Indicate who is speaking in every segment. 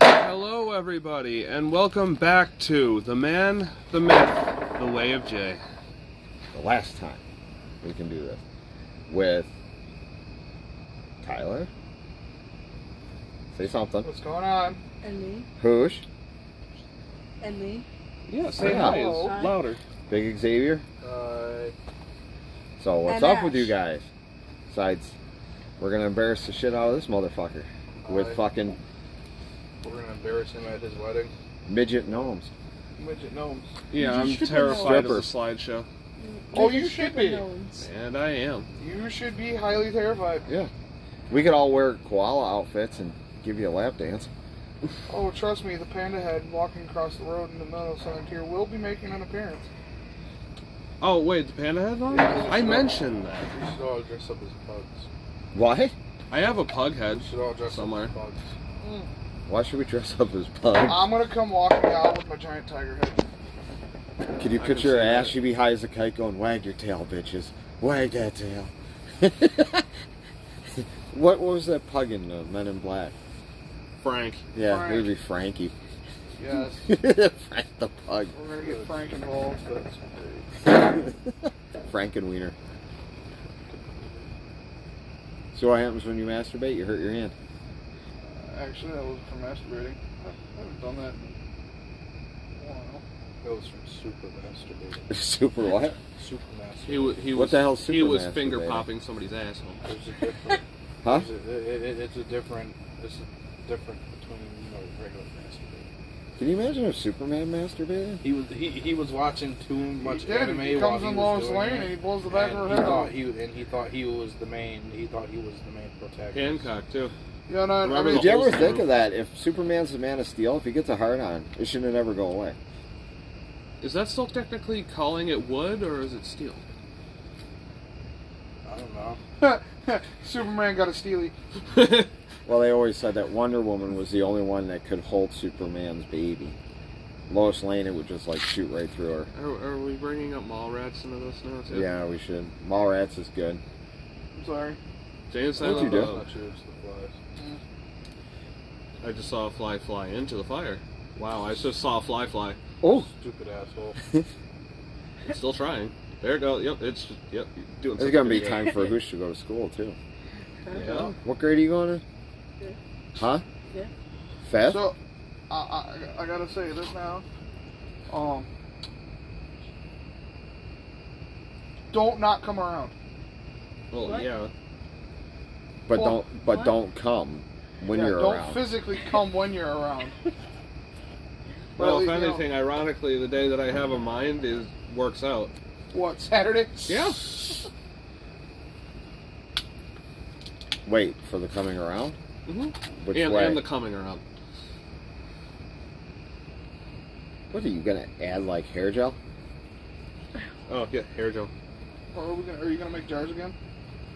Speaker 1: Hello, everybody, and welcome back to The Man, The Myth, The Way of Jay.
Speaker 2: the last time we can do this with Tyler. Say something.
Speaker 3: What's going on?
Speaker 4: And me.
Speaker 2: Hoosh,
Speaker 4: And me.
Speaker 1: Yeah, say
Speaker 2: Wow.
Speaker 1: hi. It's
Speaker 4: Hi.
Speaker 1: louder.
Speaker 2: Big Xavier.
Speaker 3: Uh,
Speaker 2: So what's
Speaker 4: And
Speaker 2: up
Speaker 4: Ash.
Speaker 2: with you guys? Besides, we're gonna embarrass the shit out of this motherfucker with
Speaker 3: Alright.
Speaker 2: fucking
Speaker 3: we're gonna embarrass him at his wedding.
Speaker 2: midget gnomes.
Speaker 3: Midget gnomes.
Speaker 1: Yeah,
Speaker 4: You
Speaker 1: I'm
Speaker 4: should be
Speaker 1: terrified of the
Speaker 2: louder.
Speaker 1: slideshow.
Speaker 3: Oh,
Speaker 4: Make
Speaker 3: you
Speaker 4: it
Speaker 3: should
Speaker 4: seven
Speaker 3: be.
Speaker 4: knowns.
Speaker 1: And I am.
Speaker 3: You should be highly terrified.
Speaker 2: Yeah, we could all wear koala outfits and give you a lap dance.
Speaker 3: Oh, trust me, the panda head walking across the road in the middle of Southern Tier will be making an appearance.
Speaker 1: Oh, wait, the panda head on?
Speaker 3: Yeah, it's
Speaker 1: I
Speaker 3: just-
Speaker 1: mentioned
Speaker 3: We
Speaker 1: that.
Speaker 3: should all dress up as bugs.
Speaker 2: Why?
Speaker 1: I have a pug head
Speaker 3: We should all dress
Speaker 1: somewhere.
Speaker 3: up as bugs.
Speaker 2: Why should we dress up as bugs?
Speaker 3: I'm gonna come walking out with my giant tiger head.
Speaker 2: Can you
Speaker 1: I can
Speaker 2: picture
Speaker 1: see
Speaker 2: Ash?
Speaker 1: that.
Speaker 2: You'd be high as a kite going, wag your tail, bitches. Wag that tail. what, what was that pug in uh, Men in Black?
Speaker 1: Frank.
Speaker 2: Yeah,
Speaker 3: Frank.
Speaker 2: it would be Frankie.
Speaker 3: Yes.
Speaker 2: Frank the pug.
Speaker 3: We're gonna get Frank involved. That's
Speaker 2: Frank and Wiener. So what happens when you masturbate? You hurt your hand.
Speaker 3: Actually, that was from masturbating. I haven't done that in a while. That was from super masturbating.
Speaker 2: Super what?
Speaker 3: Super
Speaker 1: He, wa- he
Speaker 2: What
Speaker 1: was,
Speaker 2: the hell's
Speaker 1: he was
Speaker 2: Superman
Speaker 1: finger
Speaker 2: today?
Speaker 1: popping somebody's asshole.
Speaker 3: There's a different.
Speaker 2: Huh?
Speaker 3: There's a- it- it- it's a different. It's a different between you know regular masturbating.
Speaker 2: Can you imagine if Superman masturbated?
Speaker 3: He was he, he was watching too much
Speaker 5: He did.
Speaker 3: anime
Speaker 5: He
Speaker 3: while
Speaker 5: comes
Speaker 3: he
Speaker 5: in
Speaker 3: was
Speaker 5: Lois
Speaker 3: doing
Speaker 5: Lane
Speaker 3: it.
Speaker 5: and he blows the back of her
Speaker 3: And
Speaker 5: head
Speaker 3: he thought
Speaker 5: off.
Speaker 3: he and he thought he was the main. He thought he was the main protagonist.
Speaker 1: Hancock, too.
Speaker 5: You know, and I
Speaker 1: Remember
Speaker 5: mean,
Speaker 2: Did you
Speaker 1: whole
Speaker 2: ever
Speaker 1: story.
Speaker 2: think of that? If Superman's the man of steel, if he gets a hard on, it shouldn't ever go away.
Speaker 1: Is that still technically calling it wood or is it steel?
Speaker 3: I don't know.
Speaker 5: Superman got a steely.
Speaker 2: Well, they always said that Wonder Woman was the only one that could hold Superman's baby. Lois Lane, it would just like shoot right through her.
Speaker 1: Are, are we bringing up mall rats into this now, too?
Speaker 2: Yeah, we should. Mallrats is good.
Speaker 5: I'm sorry.
Speaker 1: James,
Speaker 2: What'd
Speaker 1: I
Speaker 2: you
Speaker 1: don't
Speaker 2: do?
Speaker 3: I'm
Speaker 1: know.
Speaker 3: not sure it's the flies.
Speaker 1: I just saw a fly fly into the fire. Wow, I just saw a fly fly.
Speaker 2: Oh,
Speaker 3: Stupid asshole.
Speaker 1: It's still trying. There it goes. Yep, it's yep. you're Doing
Speaker 2: it's
Speaker 1: something
Speaker 2: gonna be
Speaker 1: good.
Speaker 2: time for Hoosh to go to school too.
Speaker 1: Yeah.
Speaker 2: What grade are you going
Speaker 5: Yeah.
Speaker 2: to? Huh?
Speaker 5: Yeah.
Speaker 2: Fifth.
Speaker 5: So, I, I, I gotta say this now. Um, don't not come around.
Speaker 1: Well,
Speaker 5: What?
Speaker 1: yeah.
Speaker 2: but
Speaker 5: well,
Speaker 2: don't. But
Speaker 5: what?
Speaker 2: don't come when
Speaker 5: Yeah,
Speaker 2: you're
Speaker 5: don't
Speaker 2: around.
Speaker 5: physically come when you're around. But
Speaker 1: Well,
Speaker 5: at
Speaker 1: if
Speaker 5: least, you know,
Speaker 1: anything, ironically, the day that I have a mind is works out.
Speaker 5: what Saturday?
Speaker 1: Yeah.
Speaker 2: Wait for the coming around.
Speaker 1: hmm
Speaker 2: Which
Speaker 1: and,
Speaker 2: way?
Speaker 1: and the coming around.
Speaker 2: What are you gonna add? Like hair gel?
Speaker 1: Oh yeah, hair gel.
Speaker 5: Or are, we gonna, are you gonna make jars again?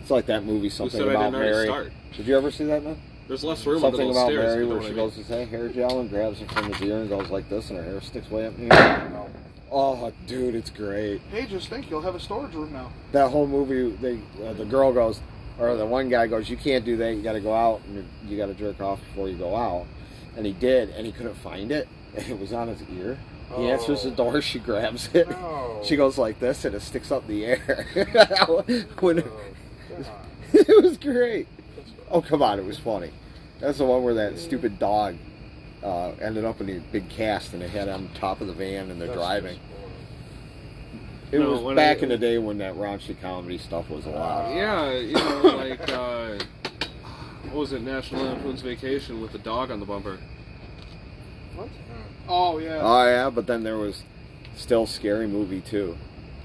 Speaker 2: It's like that movie something
Speaker 1: said I
Speaker 2: about
Speaker 1: didn't already
Speaker 2: Mary.
Speaker 1: start?
Speaker 2: Did you ever see that man?
Speaker 1: There's less room
Speaker 2: Something
Speaker 1: under those
Speaker 2: about
Speaker 1: stairs. if
Speaker 2: Mary
Speaker 1: you know
Speaker 2: where
Speaker 1: what I
Speaker 2: she
Speaker 1: mean.
Speaker 2: goes to say hair gel and grabs it from his ear and goes like this, and her hair sticks way up in here.
Speaker 3: No.
Speaker 2: Oh, dude, it's great.
Speaker 5: Hey, just think you'll have a storage room now.
Speaker 2: that whole movie, they uh, the girl goes, or the one guy goes, you can't do that. You got to go out and you got to jerk off before you go out. And he did, and he couldn't find it. And it was on his ear. He
Speaker 3: Oh.
Speaker 2: answers the door. She grabs it.
Speaker 3: No.
Speaker 2: She goes like this, and it sticks up in the air.
Speaker 3: Oh,
Speaker 2: When-
Speaker 3: come on.
Speaker 2: it was great.
Speaker 3: That's fine.
Speaker 2: Oh come on, it was funny. That's the one where that stupid dog uh, ended up in a big cast, and they had on top of the van, and they're
Speaker 3: That's
Speaker 2: driving.
Speaker 3: just boring.
Speaker 2: It
Speaker 1: No,
Speaker 2: was
Speaker 1: when
Speaker 2: back
Speaker 1: I-
Speaker 2: in the day when that raunchy comedy stuff was allowed.
Speaker 1: Yeah, you know, like uh, what was it? National Lampoon's Vacation with the dog on the bumper.
Speaker 5: What?
Speaker 3: Mm.
Speaker 5: Oh yeah.
Speaker 2: Oh yeah, but then there was still scary movie too,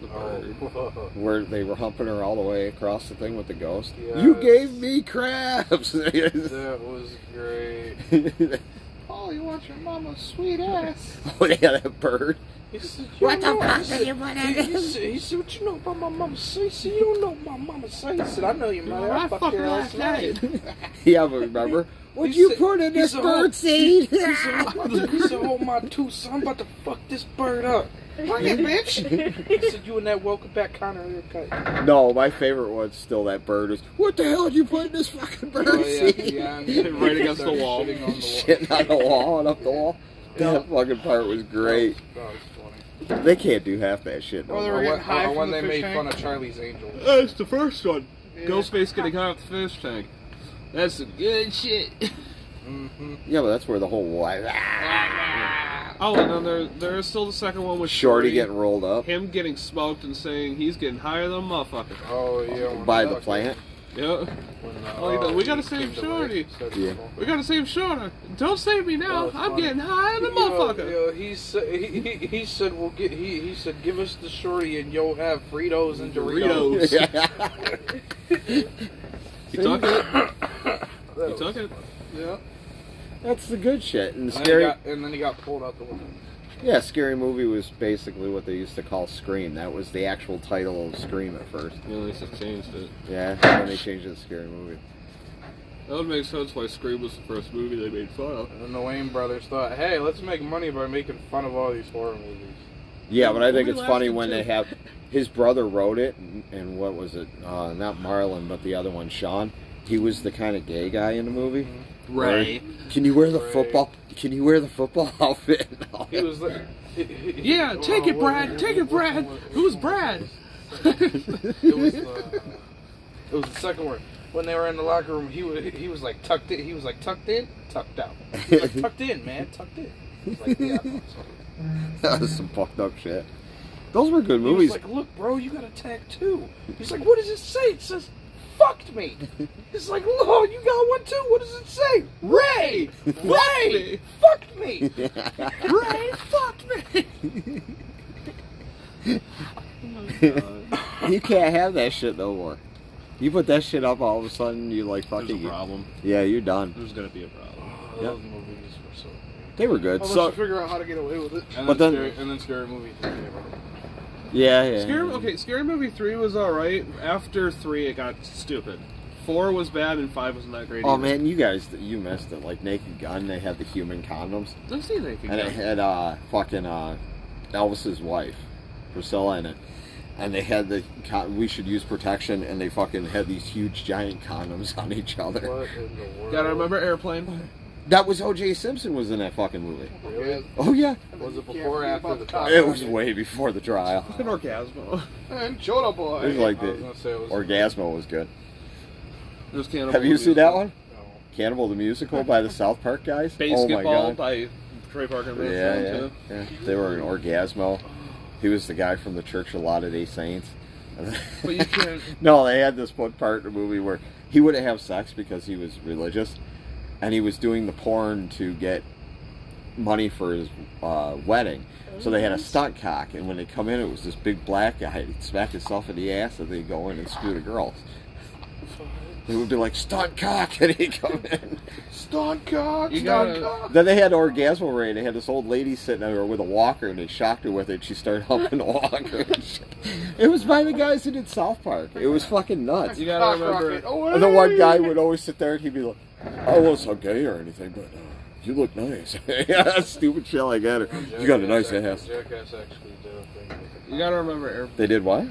Speaker 1: The bird.
Speaker 3: Oh,
Speaker 2: where they were humping her all the way across the thing with the ghost.
Speaker 3: Yes.
Speaker 2: You gave me crabs.
Speaker 3: that was great.
Speaker 2: oh
Speaker 5: Oh, you want your mama's sweet ass?
Speaker 2: yeah, that bird.
Speaker 3: What the fuck do you want to do? He said, what you know about my mama's son? He said, you don't know about my mama's son. He said, I know your mother. I fucked her last night.
Speaker 2: Yeah, but remember? What'd
Speaker 3: He's
Speaker 2: you
Speaker 3: a-
Speaker 2: put in
Speaker 3: he's
Speaker 2: this
Speaker 3: a-
Speaker 2: bird seed?
Speaker 3: He said, "I'm about to- he said, oh my two son, I'm about to fuck this bird up.
Speaker 6: Bring it, bitch. I said, you and that welcome back Connor haircut.
Speaker 2: No, my favorite one's still that bird. Is what the hell did you put in this fucking
Speaker 1: Oh,
Speaker 3: Oh,
Speaker 2: bird seed?
Speaker 1: Right against the wall.
Speaker 3: Shitting on the
Speaker 2: Shitting on
Speaker 3: wall.
Speaker 2: the wall and up the wall. That fucking part was great.
Speaker 3: That was funny.
Speaker 2: They can't do half that shit. No
Speaker 3: Well, they
Speaker 2: more.
Speaker 3: were
Speaker 6: Or
Speaker 3: getting
Speaker 6: when,
Speaker 3: high
Speaker 6: or
Speaker 3: from
Speaker 6: when
Speaker 3: the
Speaker 6: they
Speaker 3: fish
Speaker 6: made
Speaker 3: tank.
Speaker 6: fun of Charlie's Angels.
Speaker 1: That's the first one.
Speaker 3: Yeah.
Speaker 1: Ghostface getting high with the fish tank. That's some good shit.
Speaker 3: Mm-hmm.
Speaker 2: Yeah, but that's where the whole why. ah,
Speaker 1: Oh, and then there, there is still the second one with
Speaker 2: Shorty
Speaker 1: Shorty.
Speaker 2: getting rolled up
Speaker 1: him getting smoked and saying he's getting higher than a motherfucker.
Speaker 3: Oh yeah. when
Speaker 2: by
Speaker 6: uh,
Speaker 3: that
Speaker 2: the
Speaker 3: was-
Speaker 2: plant.
Speaker 1: Yep.
Speaker 3: when, uh,
Speaker 1: Oh, you know, we gotta
Speaker 3: he
Speaker 1: save
Speaker 3: came to life,
Speaker 1: Shorty.
Speaker 3: said
Speaker 2: Yeah.
Speaker 3: people.
Speaker 1: We gotta save Shorter. Don't save me now.
Speaker 3: Oh, it's
Speaker 1: I'm
Speaker 3: funny.
Speaker 1: getting higher than a
Speaker 6: Yo,
Speaker 1: motherfucker.
Speaker 6: yo, he, sa- he, he, he said, "We'll get." He, he said, "Give us the shorty, and you'll have Fritos and Doritos."
Speaker 1: Doritos. You took it.
Speaker 3: That
Speaker 1: You
Speaker 3: was-
Speaker 1: took it.
Speaker 3: Yeah.
Speaker 2: that's the good shit. And the
Speaker 3: And, then he
Speaker 2: scary,
Speaker 3: got, and then he got pulled out the window.
Speaker 2: yeah, scary movie was basically what they used to call Scream. That was the actual title of Scream at first.
Speaker 1: Yeah, at least it changed it.
Speaker 2: Yeah, then they changed it to Scary Movie.
Speaker 1: That would make sense why Scream was the first movie they made fun of.
Speaker 3: And then the Wayne brothers thought, hey, let's make money by making fun of all these horror movies.
Speaker 2: Yeah, but I think
Speaker 1: We
Speaker 2: it's
Speaker 1: laughed
Speaker 2: funny
Speaker 1: at
Speaker 2: when
Speaker 1: two.
Speaker 2: they have his brother wrote it, and, and what was it? Uh, not Marlon, but the other one, Sean. He was the kind of gay guy in the movie. Right. Can you wear the
Speaker 3: Right.
Speaker 2: football? Can you wear the football outfit? and all
Speaker 3: He
Speaker 2: that?
Speaker 3: was like,
Speaker 1: Yeah, take it, Brad. Take it, Brad. Who's Brad?
Speaker 3: It was, the, it was the second one. When they were in the locker room, he was he was like tucked in. He was like tucked in, tucked out. He was like tucked in, man, tucked in. He was like, yeah, I thought so.
Speaker 2: that was some fucked up shit. Those were good
Speaker 6: He was
Speaker 2: movies.
Speaker 6: like, "Look, bro, you got a tattoo." He's like, "What does it say?" It says, "Fucked me." He's like, "Oh, you got one too. What does it say?" Ray, Ray, fucked me. Ray, fucked me. Uh,
Speaker 2: you can't have that shit no more. You put that shit up, all of a sudden you like
Speaker 1: There's a
Speaker 2: fucking.
Speaker 1: problem.
Speaker 2: Yeah, you're done.
Speaker 1: There's gonna be a problem.
Speaker 3: Oh,
Speaker 2: Yeah.
Speaker 3: Those movies were so.
Speaker 2: They were good.
Speaker 3: Unless
Speaker 2: So
Speaker 3: you figure out how to get away with it. And
Speaker 2: But
Speaker 3: then,
Speaker 2: then-
Speaker 3: scary, and then scary movie. just came out.
Speaker 2: yeah, yeah.
Speaker 1: Scary. Okay, Scary Movie three was all right. After three, it got stupid. Four was bad, and five wasn't that great.
Speaker 2: Oh
Speaker 1: either.
Speaker 2: man, you guys, you missed it. Like Naked Gun, they had the human condoms.
Speaker 1: I've seen anything.
Speaker 2: and it had uh, fucking uh, Elvis's wife, Priscilla, in it. And they had the con- we should use protection, and they fucking had these huge giant condoms on each other.
Speaker 3: What in the world?
Speaker 1: Gotta remember Airplane.
Speaker 2: That was O.J. Simpson was in that fucking movie.
Speaker 3: Really?
Speaker 2: Oh yeah,
Speaker 3: Was it before or after the top?
Speaker 2: it was way before the trial.
Speaker 1: Fucking Orgasmo.
Speaker 3: And Chota Boy.
Speaker 2: It was like
Speaker 3: I was
Speaker 2: the-
Speaker 3: gonna say it was-
Speaker 2: Orgasmo was good.
Speaker 1: There's Cannibal.
Speaker 2: Have you
Speaker 1: Musical.
Speaker 2: seen that one?
Speaker 3: No.
Speaker 2: Cannibal the Musical by the South Park guys. oh my
Speaker 1: Basketball
Speaker 2: god.
Speaker 1: by Trey Parker. and Matt
Speaker 2: yeah,
Speaker 1: Stone,
Speaker 2: yeah,
Speaker 1: too.
Speaker 2: yeah. They were in Orgasmo. He was the guy from the Church of Latter Day Saints.
Speaker 1: But you can't.
Speaker 2: No, they had this one part in the movie where he wouldn't have sex because he was religious, and he was doing the porn to get money for his uh, wedding. So they had a stunt cock, and when they come in, it was this big black guy. He'd smack himself in the ass, and they'd go in and screw the girls. They would be like, stunt cock, and he'd come in.
Speaker 3: Stunt cock,
Speaker 1: You
Speaker 3: stunt
Speaker 1: gotta-
Speaker 3: cock.
Speaker 2: Then they had orgasmo ray. They had this old lady sitting over with a walker, and they shocked her with it. She started humping the walker. and shit. It was by the guys who did South Park. It was fucking nuts.
Speaker 1: You gotta
Speaker 3: Cock
Speaker 1: remember.
Speaker 3: rocket. Oh,
Speaker 2: And the one
Speaker 3: hey.
Speaker 2: guy would always sit there and he'd be like, I wasn't gay or anything, but uh, you look nice. yeah, stupid shit like that. Or, you got a nice
Speaker 3: Jackass
Speaker 2: ass.
Speaker 3: act- Jackass actually did a thing with the
Speaker 1: You gotta remember Airplane.
Speaker 2: They did what?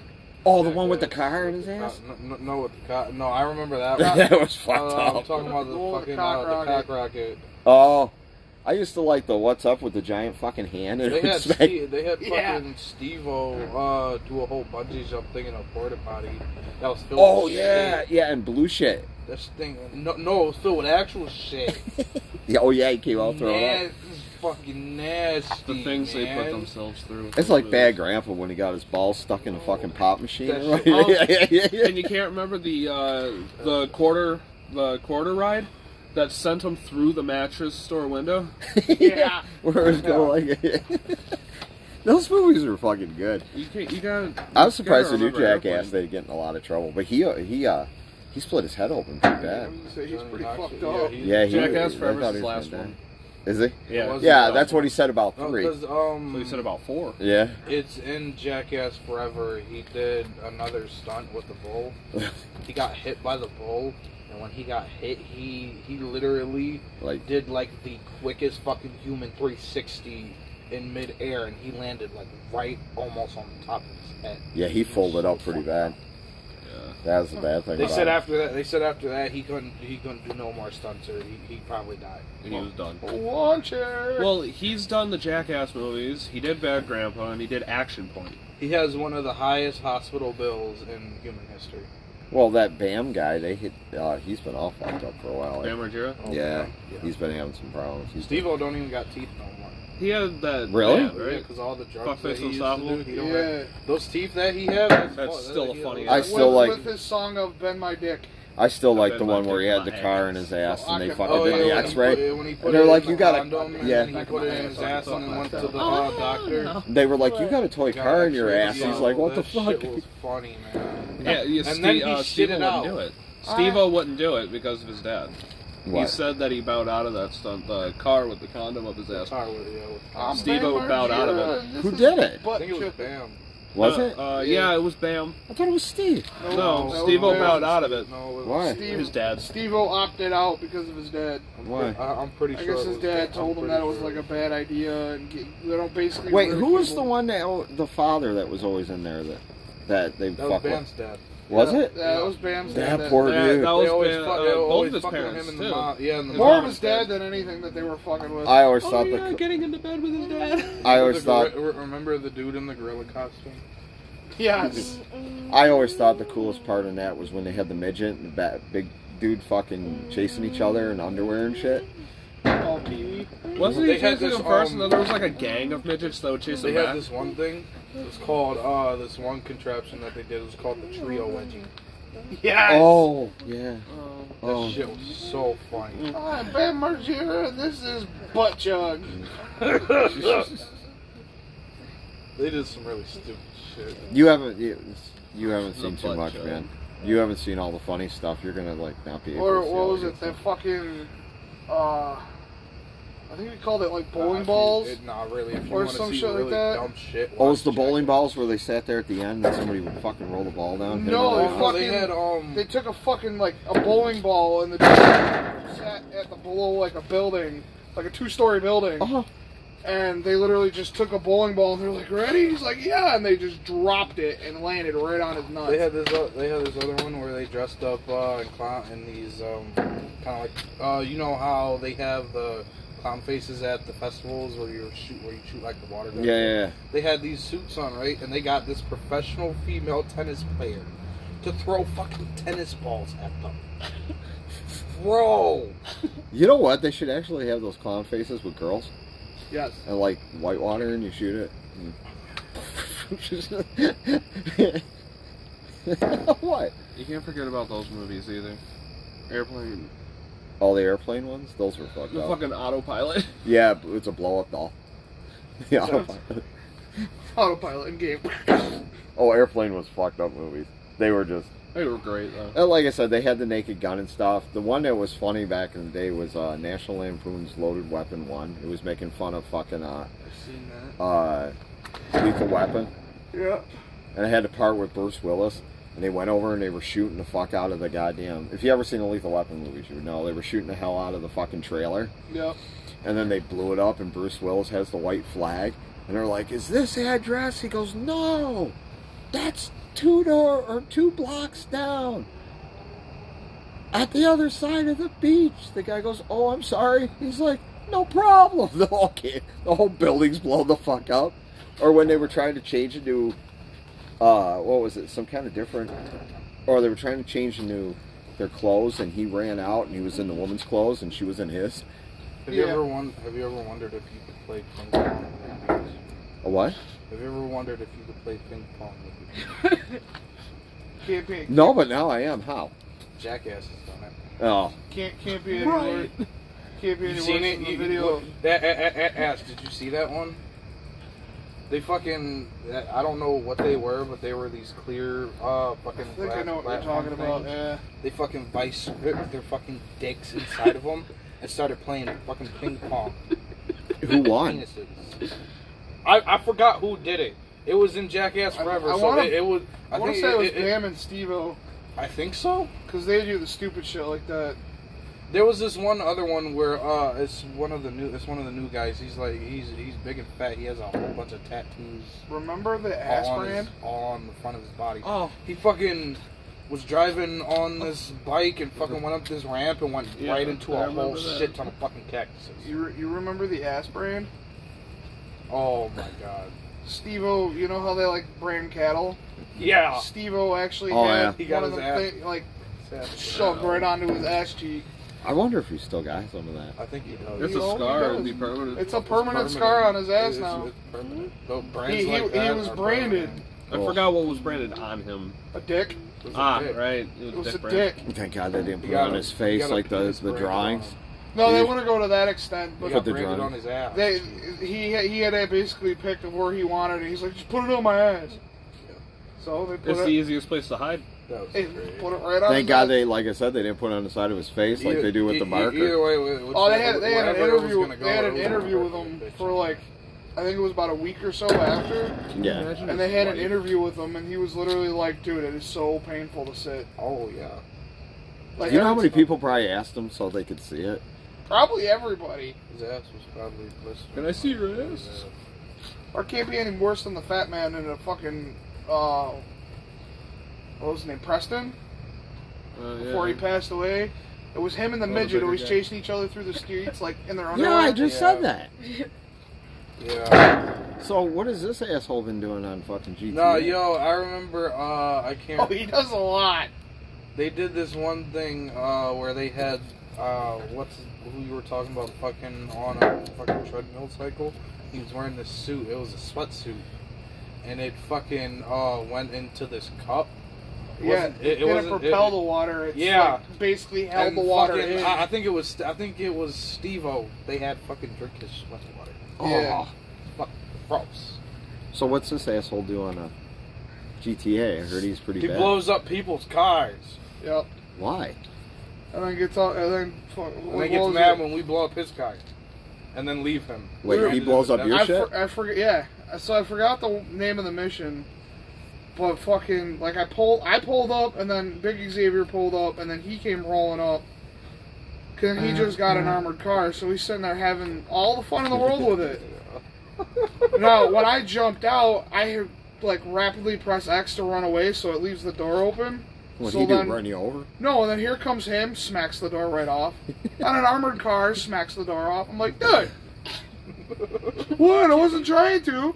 Speaker 2: Oh, the one with the
Speaker 3: Jackass
Speaker 2: car in his
Speaker 3: the
Speaker 2: ass?
Speaker 3: cock- Uh, No, no, no, with the cock. No, I remember that.
Speaker 2: that was
Speaker 3: Uh,
Speaker 2: fucked
Speaker 3: I'm
Speaker 2: up.
Speaker 3: talking about the
Speaker 6: Oh, the
Speaker 3: fucking
Speaker 6: cock
Speaker 3: uh, the
Speaker 6: rocket.
Speaker 3: cock rocket.
Speaker 2: Oh, I used to like the what's up with the giant fucking hand. And
Speaker 3: They
Speaker 2: it would
Speaker 3: had
Speaker 2: smack-
Speaker 3: Steve, they had fucking
Speaker 6: Yeah.
Speaker 3: Steve-O uh, do a whole bungee jump thing in a porta potty. That was filled
Speaker 2: Oh,
Speaker 3: with
Speaker 2: yeah,
Speaker 3: shit.
Speaker 2: yeah, and blue shit.
Speaker 3: This thing, no, no, it was filled with actual shit.
Speaker 2: Yeah, oh, yeah, he came out throwing up.
Speaker 3: Nas- it's fucking nasty.
Speaker 1: The things they put
Speaker 3: man.
Speaker 1: themselves through.
Speaker 2: It's like Bad Grandpa when he got his ball stuck in the fucking pop machine.
Speaker 3: That shit-
Speaker 2: yeah, yeah, yeah,
Speaker 1: Oh, And
Speaker 2: yeah.
Speaker 1: you can't remember the uh, the quarter the quarter ride that sent him through the mattress store window.
Speaker 2: yeah. Where it was going like Those movies were fucking good.
Speaker 1: You can't. You gotta.
Speaker 2: I
Speaker 1: you
Speaker 2: was surprised
Speaker 1: gotta
Speaker 2: the new
Speaker 1: remember Airplane.
Speaker 2: jackass they get in a lot of trouble, but he he uh he split his head open pretty bad.
Speaker 3: He's pretty fucked
Speaker 6: up.
Speaker 2: Yeah, he
Speaker 1: Jackass
Speaker 2: I
Speaker 1: Forever's
Speaker 2: thought
Speaker 1: his
Speaker 2: he was
Speaker 1: last
Speaker 2: gonna
Speaker 1: one.
Speaker 2: die. Is he?
Speaker 1: Yeah.
Speaker 3: Was-
Speaker 2: Yeah, that's what he said about three.
Speaker 3: Because um,
Speaker 1: So he said about four.
Speaker 2: yeah,
Speaker 3: it's in Jackass Forever. He did another stunt with the bull. he got hit by the bull, and when he got hit, he he literally
Speaker 2: like
Speaker 3: did like the quickest fucking human 360 in midair and he landed like right almost on the top of his head.
Speaker 2: Yeah, he folded up pretty bad.
Speaker 1: Yeah.
Speaker 2: That was the bad thing.
Speaker 3: They
Speaker 2: about
Speaker 3: said
Speaker 2: it.
Speaker 3: after that. They said after that he couldn't. He couldn't do no more stunts, or he, he probably died.
Speaker 1: And he was done.
Speaker 3: Launcher.
Speaker 1: Well, he's done the Jackass movies. He did Bad Grandpa, and he did Action Point.
Speaker 3: he has one of the highest hospital bills in human history.
Speaker 2: Well, that Bam guy, they hit. Uh, he's been all fucked up for a while.
Speaker 1: Bam Margera.
Speaker 3: Oh,
Speaker 2: yeah,
Speaker 3: yeah.
Speaker 2: he's been having some problems. He's
Speaker 3: Steve-O don't even got teeth no more.
Speaker 1: He had that.
Speaker 2: Really?
Speaker 1: yeah, right?
Speaker 3: Because all the drugs
Speaker 1: Fuckface
Speaker 3: that he used to
Speaker 1: Unstoppable?
Speaker 3: do, he don't
Speaker 6: yeah,
Speaker 3: have, those teeth that he had. That's,
Speaker 1: That's
Speaker 3: fu-
Speaker 1: still a
Speaker 3: he-
Speaker 1: funny-
Speaker 2: I
Speaker 6: With-
Speaker 2: still like-
Speaker 6: with his song of "Bend My Dick."
Speaker 2: I still
Speaker 1: I
Speaker 2: like
Speaker 1: bet
Speaker 2: the
Speaker 1: my
Speaker 2: one where he
Speaker 1: dick
Speaker 2: had the
Speaker 1: my
Speaker 2: car
Speaker 1: ass.
Speaker 2: in his ass
Speaker 6: Oh,
Speaker 2: and
Speaker 6: I
Speaker 2: they
Speaker 6: can-
Speaker 2: fucking
Speaker 6: oh,
Speaker 2: did
Speaker 6: yeah,
Speaker 2: the
Speaker 6: when he
Speaker 2: X-ray.
Speaker 3: He put it, when he put
Speaker 2: And they're
Speaker 3: it
Speaker 2: like,
Speaker 3: in
Speaker 2: "You
Speaker 3: the
Speaker 2: gotta-
Speaker 3: condom, and
Speaker 2: yeah.
Speaker 3: then He put it in his ass and went to the
Speaker 1: Oh,
Speaker 3: uh, doctor.
Speaker 2: They were like, "You got a toy
Speaker 3: God,
Speaker 2: car in your
Speaker 3: actually,
Speaker 2: ass."
Speaker 3: yeah,
Speaker 2: He's like, "What the
Speaker 3: that
Speaker 2: fuck?"
Speaker 3: Shit was funny, man.
Speaker 1: Yeah, yeah
Speaker 3: then
Speaker 1: Steve,
Speaker 3: he
Speaker 1: uh,
Speaker 3: shit
Speaker 1: Steve
Speaker 3: it
Speaker 1: wouldn't
Speaker 3: out.
Speaker 1: do it. Steve O wouldn't do it because of his dad. He
Speaker 2: What?
Speaker 1: said that he bowed out of that stunt, the car with the condom up his ass.
Speaker 3: Sorry, yeah, with-
Speaker 6: I'm
Speaker 1: Steve-O
Speaker 6: Bam
Speaker 1: bowed out of
Speaker 6: Margera. uh, This
Speaker 2: Who
Speaker 6: is
Speaker 2: did it?
Speaker 3: I
Speaker 6: Butt
Speaker 3: think it was
Speaker 6: chip.
Speaker 3: Bam.
Speaker 2: Was
Speaker 1: Uh,
Speaker 2: it?
Speaker 1: Uh, yeah, it was Bam.
Speaker 2: I thought it was Steve.
Speaker 1: No,
Speaker 6: that
Speaker 1: Steve O
Speaker 6: was Bam.
Speaker 1: Oh, bowed out of it.
Speaker 3: No, it was-
Speaker 2: Why?
Speaker 6: Steve-
Speaker 1: His dad.
Speaker 6: Steve-O opted out because of his dad.
Speaker 2: Why?
Speaker 3: I, am pretty
Speaker 6: I
Speaker 3: sure.
Speaker 6: guess
Speaker 3: it
Speaker 6: his
Speaker 3: was
Speaker 6: dad
Speaker 3: Bam.
Speaker 6: told
Speaker 3: I'm
Speaker 6: him that
Speaker 3: pretty
Speaker 6: it was
Speaker 3: sure
Speaker 6: like a bad idea, and get, they don't basically.
Speaker 2: Wait,
Speaker 6: murder
Speaker 2: who was the
Speaker 6: people.
Speaker 2: one that oh, the father that was always in there that that they
Speaker 3: That was
Speaker 2: fuck
Speaker 3: Bam's
Speaker 2: with?
Speaker 3: dad.
Speaker 2: Was
Speaker 6: Yeah,
Speaker 2: it?
Speaker 6: That was Bam's
Speaker 2: That
Speaker 6: dad. that-
Speaker 2: poor
Speaker 1: Yeah,
Speaker 2: dude.
Speaker 1: that
Speaker 3: They
Speaker 1: was
Speaker 3: always
Speaker 1: Bam,
Speaker 3: fuck-
Speaker 1: uh,
Speaker 3: they
Speaker 1: both
Speaker 3: always
Speaker 1: of his
Speaker 3: fucking
Speaker 1: parents
Speaker 3: him and
Speaker 1: too.
Speaker 3: the mom. Yeah, and the
Speaker 6: More
Speaker 3: mom.
Speaker 6: of his dad than anything that they were fucking with.
Speaker 2: I always
Speaker 1: Oh
Speaker 2: thought
Speaker 1: yeah,
Speaker 2: the
Speaker 1: getting into bed with his dad.
Speaker 2: I always thought
Speaker 3: Re- remember the dude in the gorilla costume?
Speaker 6: yes.
Speaker 2: I always thought the coolest part in that was when they had the midget and the ba- big dude fucking chasing each other in underwear and shit.
Speaker 6: Oh, Pee-wee.
Speaker 1: Wasn't he
Speaker 3: They had
Speaker 1: chasing
Speaker 3: this,
Speaker 1: him first, and then
Speaker 3: um,
Speaker 1: there was like a gang of midgets that would chase
Speaker 3: They
Speaker 1: him
Speaker 3: had
Speaker 1: back?
Speaker 3: this one thing. It's called uh this one contraption that they did. It was called the trio wedgie.
Speaker 6: Yes.
Speaker 2: Oh yeah.
Speaker 1: Oh.
Speaker 3: That
Speaker 2: Oh. Mm.
Speaker 3: shit was so funny.
Speaker 6: I'm Bam Margera, and this is Butt Chug.
Speaker 3: They did some really stupid shit.
Speaker 2: You haven't you, you haven't
Speaker 1: The
Speaker 2: seen too
Speaker 1: butt
Speaker 2: much,
Speaker 1: joke.
Speaker 2: man. You haven't seen all the funny stuff. You're gonna like not be able.
Speaker 6: Or
Speaker 2: to see
Speaker 6: what
Speaker 2: all
Speaker 6: was
Speaker 2: the
Speaker 6: it?
Speaker 2: good
Speaker 6: That fucking. Uh, I think we called it like
Speaker 3: Nah,
Speaker 6: bowling
Speaker 3: if
Speaker 6: balls.
Speaker 3: You, it, nah, really. If you
Speaker 6: Or
Speaker 3: wanna
Speaker 6: some
Speaker 3: see
Speaker 6: shit like
Speaker 3: really
Speaker 6: that.
Speaker 3: Dumb shit.
Speaker 2: Oh, it's the
Speaker 3: watch
Speaker 2: bowling balls where they sat there at the end and somebody would fucking roll the ball down. hit
Speaker 6: No,
Speaker 3: Jack.
Speaker 2: them
Speaker 3: Oh,
Speaker 2: in the mouth?
Speaker 3: no,
Speaker 6: they
Speaker 3: they
Speaker 6: fucking-
Speaker 3: had um.
Speaker 6: They took a fucking like a bowling ball and the sat at the below like a building, like a two-story building,
Speaker 2: Uh-huh.
Speaker 6: and they literally just took a bowling ball and they're like, "Ready?" He's like, "Yeah," and they just dropped it and landed right on his nuts.
Speaker 3: They had this. Uh, they had this other one where they dressed up uh, in clown in these um, kind of like uh, you know how they have the clown faces at the festivals where you shoot where you shoot like the water.
Speaker 2: Yeah,
Speaker 3: gun.
Speaker 2: yeah, yeah.
Speaker 3: They had these suits on, right? And they got this professional female tennis player to throw fucking tennis balls at them. Bro,
Speaker 2: You know what? They should actually have those clown faces with girls
Speaker 6: yes.
Speaker 2: and like whitewater, and you shoot it. what?
Speaker 1: You can't forget about those movies either. Airplane,
Speaker 2: All the airplane ones? Those were fucked
Speaker 1: the
Speaker 3: Oh.
Speaker 2: up.
Speaker 1: fucking autopilot.
Speaker 2: Yeah, but it's a blow up doll. Yeah.
Speaker 6: Autopilot in game.
Speaker 2: oh, airplane was fucked up movies. They were just
Speaker 1: They were great though.
Speaker 2: and Uh, like I said, they had the naked gun and stuff. The one that was funny back in the day was uh, National Lampoon's Loaded Weapon One. It was making fun of fucking uh,
Speaker 3: I've seen that.
Speaker 2: uh, Lethal Weapon.
Speaker 6: yeah.
Speaker 2: and I had to part with Bruce Willis. And they went over and they were shooting the fuck out of the goddamn. If you ever seen the Lethal Weapon movies, you would know they were shooting the hell out of the fucking trailer.
Speaker 6: Yep.
Speaker 2: And then they blew it up, and Bruce Willis has the white flag. And they're like, "Is this the address?" He goes, "No, that's two door or two blocks down." At the other side of the beach, the guy goes, "Oh, I'm sorry." He's like, "No problem." The whole ca- the whole building's blown the fuck up. Or when they were trying to change it to, uh, what was it? Some kind of different, or they were trying to change into their clothes, and he ran out, and he was in the woman's clothes, and she was in his.
Speaker 3: Have you
Speaker 6: Yeah.
Speaker 3: ever won? Have you ever wondered if you could play ping pong with your peers?
Speaker 2: A what?
Speaker 3: Have you ever wondered if you could play ping pong with your peers?
Speaker 6: Can't be.
Speaker 2: No, but now I am. How?
Speaker 3: Jackass has done it.
Speaker 2: Oh,
Speaker 6: Can't can't be anywhere.
Speaker 1: Right.
Speaker 6: Can't be
Speaker 3: You
Speaker 6: anywhere.
Speaker 3: seen it?
Speaker 6: In the
Speaker 3: You,
Speaker 6: video.
Speaker 3: video. That, a- a- a- ass, did you see that one? They fucking. that- I don't know what they were, but they were these clear, uh, fucking.
Speaker 6: I think I
Speaker 3: plat-
Speaker 6: know what you're
Speaker 3: platform
Speaker 6: talking about.
Speaker 3: things.
Speaker 6: Yeah.
Speaker 3: They fucking vice gripped their fucking dicks inside of them and started playing fucking ping pong.
Speaker 2: who won?
Speaker 3: Penises. I, I forgot who did it. It was in Jackass
Speaker 6: I-
Speaker 3: Forever,
Speaker 6: I
Speaker 3: so
Speaker 6: wanna-
Speaker 3: it, it was. I,
Speaker 6: I, want to
Speaker 3: think
Speaker 6: say it was
Speaker 3: it- it-
Speaker 6: Bam and Steve-O
Speaker 3: I think so.
Speaker 6: because they do the stupid shit like that.
Speaker 3: There was this one other one where uh, it's one of the new it's one of the new guys. He's like he's he's big and fat. He has a whole bunch of tattoos
Speaker 6: Remember the ass
Speaker 3: all on, his,
Speaker 6: brand?
Speaker 3: all on the front of his body.
Speaker 1: Oh,
Speaker 3: He fucking was driving on this bike and fucking went up this ramp and went
Speaker 1: Yeah,
Speaker 3: right into
Speaker 1: I
Speaker 3: a whole
Speaker 1: remember that.
Speaker 3: shit ton of fucking cactuses.
Speaker 6: You, re- you remember the ass brand?
Speaker 3: Oh my god.
Speaker 6: Steve O, you know how they like brand cattle?
Speaker 3: Yeah.
Speaker 6: Steve O actually
Speaker 2: Oh, yeah.
Speaker 6: had
Speaker 3: He got
Speaker 6: one of
Speaker 3: his
Speaker 6: them
Speaker 3: ass-
Speaker 6: thing, like shoved right onto his ass cheek.
Speaker 2: I wonder if he's still got some of that.
Speaker 3: I think he does.
Speaker 1: it's
Speaker 6: You
Speaker 1: a
Speaker 6: know,
Speaker 1: scar.
Speaker 6: because
Speaker 1: It'd be permanent.
Speaker 6: It's a permanent scar on his ass
Speaker 3: It's-
Speaker 6: now. Hmm?
Speaker 3: it's permanent. Though brands
Speaker 6: He, he,
Speaker 3: like
Speaker 6: he
Speaker 3: that
Speaker 6: was
Speaker 3: are
Speaker 6: branded
Speaker 3: permanent.
Speaker 1: I forgot what was branded on him.
Speaker 6: a dick.
Speaker 3: It was a
Speaker 1: Ah,
Speaker 3: dick.
Speaker 1: right.
Speaker 6: It was a
Speaker 1: Dick brand.
Speaker 6: dick.
Speaker 2: Thank God they didn't
Speaker 3: He
Speaker 2: put it
Speaker 3: got
Speaker 2: on
Speaker 3: a-
Speaker 2: his
Speaker 3: he
Speaker 2: face
Speaker 3: got a
Speaker 2: like the
Speaker 3: penis
Speaker 2: the
Speaker 3: branded
Speaker 2: drawings.
Speaker 3: on him.
Speaker 6: No, they
Speaker 2: Dude.
Speaker 6: want to go to that extent,
Speaker 3: He
Speaker 6: but
Speaker 3: got
Speaker 2: the
Speaker 3: branded
Speaker 2: drawing.
Speaker 3: on his ass.
Speaker 6: they he had- he had to basically picked where he wanted, and he's like, just put it on my ass. So they put
Speaker 1: It's the
Speaker 6: it,
Speaker 1: easiest place to hide.
Speaker 3: That was
Speaker 6: they
Speaker 3: great.
Speaker 6: put it right on. his
Speaker 2: Thank God
Speaker 6: ass.
Speaker 2: they, like I said, they didn't put it on the side of his face like they do with the
Speaker 3: E- e- Either
Speaker 2: marker.
Speaker 3: way, wh-
Speaker 6: Oh,
Speaker 3: whichever-
Speaker 6: they had they had an
Speaker 3: wherever it was
Speaker 6: interview.
Speaker 3: gonna go,
Speaker 6: They had
Speaker 3: it
Speaker 6: an
Speaker 3: was
Speaker 6: interview with
Speaker 3: gonna
Speaker 6: him
Speaker 3: be a
Speaker 6: for
Speaker 3: bitch.
Speaker 6: like, I think it was about a week or so after,
Speaker 2: Yeah.
Speaker 6: and they had an
Speaker 1: Oh,
Speaker 6: interview with him, and he was literally like, dude, it is so painful to sit.
Speaker 3: Oh yeah.
Speaker 6: Like,
Speaker 2: You know how
Speaker 6: every-
Speaker 2: many people probably asked him so they could see it?
Speaker 6: Probably everybody.
Speaker 3: His ass was probably blistered.
Speaker 1: Can I see your ass?
Speaker 6: Or can't be any worse than the fat man in a fucking uh, what was his name, Preston?
Speaker 1: Uh, yeah.
Speaker 6: before he passed away. It was him and the
Speaker 1: Oh, the
Speaker 6: midget
Speaker 1: bigger
Speaker 6: always
Speaker 1: guy.
Speaker 6: chasing each other through the streets, like in their underwear.
Speaker 2: Yeah, I just
Speaker 3: Yeah.
Speaker 2: said that.
Speaker 3: Yeah.
Speaker 2: So what has this asshole been doing on fucking GTA?
Speaker 3: No, yo, I remember. Uh, I can't.
Speaker 6: Oh, he does a lot.
Speaker 3: They did this one thing uh, where they had uh, what's who you were talking about fucking on a fucking treadmill cycle. He was wearing this suit. It was a sweatsuit, and it fucking uh, went into this cup. It
Speaker 6: yeah,
Speaker 3: wasn't- it, it
Speaker 6: didn't
Speaker 3: wasn't-
Speaker 6: propel the water. It's
Speaker 3: Yeah.
Speaker 6: like, basically held
Speaker 3: and
Speaker 6: the water
Speaker 3: fucking- uh,
Speaker 6: in.
Speaker 3: I, I think it was. I think it was Steve-O. They had fucking drink his sweat water.
Speaker 6: yeah.
Speaker 2: Oh.
Speaker 3: Fuck, gross.
Speaker 2: So what's this asshole doing on a GTA? I heard he's pretty
Speaker 3: He
Speaker 2: bad.
Speaker 3: blows up people's cars.
Speaker 6: Yep.
Speaker 2: Why?
Speaker 6: And then gets all, and then fuck.
Speaker 3: And he gets mad when we blow up his car, and then leave him.
Speaker 2: Wait,
Speaker 3: We
Speaker 2: he
Speaker 3: ended
Speaker 2: blows
Speaker 3: with
Speaker 2: up
Speaker 3: that.
Speaker 2: your
Speaker 6: I,
Speaker 2: shit?
Speaker 6: for, I forget. Yeah. So I forgot the name of the mission, but fucking like I pulled, I pulled up, and then Big Xavier pulled up, and then he came rolling up. Cause he just got an armored car, so he's sitting there having all the fun in the world with it. No, when I jumped out, I like rapidly press X to run away, so it leaves the door open.
Speaker 2: What
Speaker 6: so
Speaker 2: he do?
Speaker 6: then-
Speaker 2: Run you over?
Speaker 6: No, and then here comes him, smacks the door right off. On an armored car, smacks the door off. I'm like, dude, what? I wasn't trying to.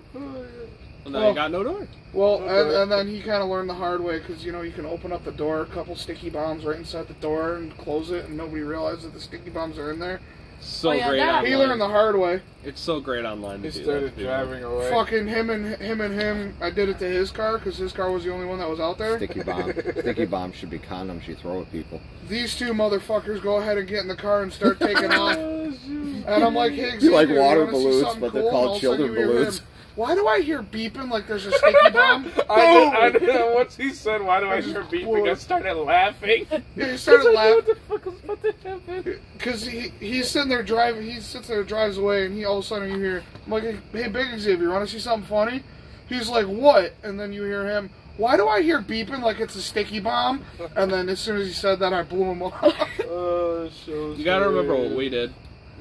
Speaker 1: And then
Speaker 6: Well-
Speaker 1: he got no door.
Speaker 6: Well, and, and then he kind of learned the hard way because you know you can open up the door, a couple sticky bombs right inside the door, and close it, and nobody realizes that the sticky bombs are in there.
Speaker 1: So
Speaker 4: Oh, yeah,
Speaker 1: great
Speaker 4: that-
Speaker 1: online.
Speaker 6: He learned the hard way.
Speaker 1: It's so great online. To
Speaker 3: He
Speaker 1: do
Speaker 3: started
Speaker 1: that to
Speaker 3: driving away.
Speaker 6: Fucking him and him and him. I did it to his car because his car was the only one that was out there.
Speaker 2: Sticky bomb. Sticky bomb should be condoms you throw at people.
Speaker 6: These two motherfuckers go ahead and get in the car and start taking off.
Speaker 3: Oh,
Speaker 1: People.
Speaker 6: And I'm like, hey,
Speaker 2: Be
Speaker 6: Xavier,
Speaker 2: like water
Speaker 6: you wanna see
Speaker 2: balloons,
Speaker 6: something
Speaker 2: but they're
Speaker 6: cool?
Speaker 2: called
Speaker 6: And all of a sudden
Speaker 2: children
Speaker 6: you hear
Speaker 2: balloons.
Speaker 6: him, Why do I hear beeping like there's a sticky bomb?
Speaker 3: I, did, I did, once he said, "Why do I hear
Speaker 6: Well-
Speaker 3: beeping?" I started laughing.
Speaker 6: Yeah, he started laughing.
Speaker 3: the fuck was about to happen?
Speaker 6: Cause he he's sitting there driving, he sits there drives away, and he all of a sudden you hear, I'm like, hey, Big Xavier, want to see something funny? He's like, what? And then you hear him, why do I hear beeping like it's a sticky bomb? And then as soon as he said that, I blew him off.
Speaker 3: Oh, so
Speaker 1: You gotta remember what we did.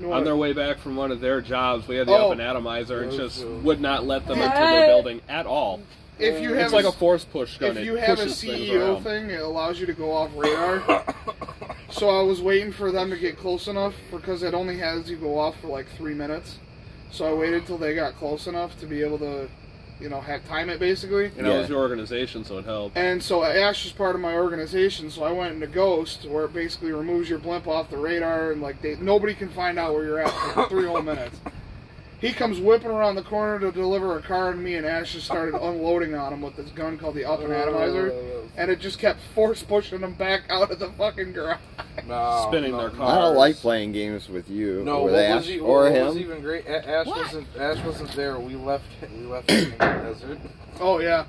Speaker 1: On their way back from one of their jobs, we had the
Speaker 6: Oh.
Speaker 1: open atomizer and
Speaker 3: Those
Speaker 1: just
Speaker 3: dudes.
Speaker 1: would not let them
Speaker 4: Yeah.
Speaker 1: into their building at all.
Speaker 6: if you have
Speaker 1: It's like
Speaker 6: a,
Speaker 1: a force push gun.
Speaker 6: if
Speaker 1: It
Speaker 6: you have a
Speaker 1: pushes things
Speaker 6: CEO
Speaker 1: around.
Speaker 6: thing, it allows you to go off radar. so I was waiting for them to get close enough because it only has you go off for like three minutes. So I waited till they got close enough to be able to, you know, have time it basically.
Speaker 1: And
Speaker 2: Yeah.
Speaker 1: that was your organization, so it helped.
Speaker 6: And so uh, Ash is part of my organization, so I went into Ghost, where it basically removes your blimp off the radar, and like they, nobody can find out where you're at for three whole minutes. He comes whipping around the corner to deliver a car, and me and Ash just started unloading on him with this gun called the Up and Atomizer, and it just kept force pushing him back out of the fucking garage.
Speaker 3: No,
Speaker 1: Spinning their
Speaker 3: car.
Speaker 1: car.
Speaker 2: I don't like playing games with you
Speaker 3: No,
Speaker 2: or
Speaker 3: what
Speaker 2: Ash
Speaker 3: was, he,
Speaker 2: or
Speaker 3: what
Speaker 2: him.
Speaker 3: was even great? A- Ash wasn't. Ash wasn't there. We left. We left him in the desert.
Speaker 6: Oh yeah,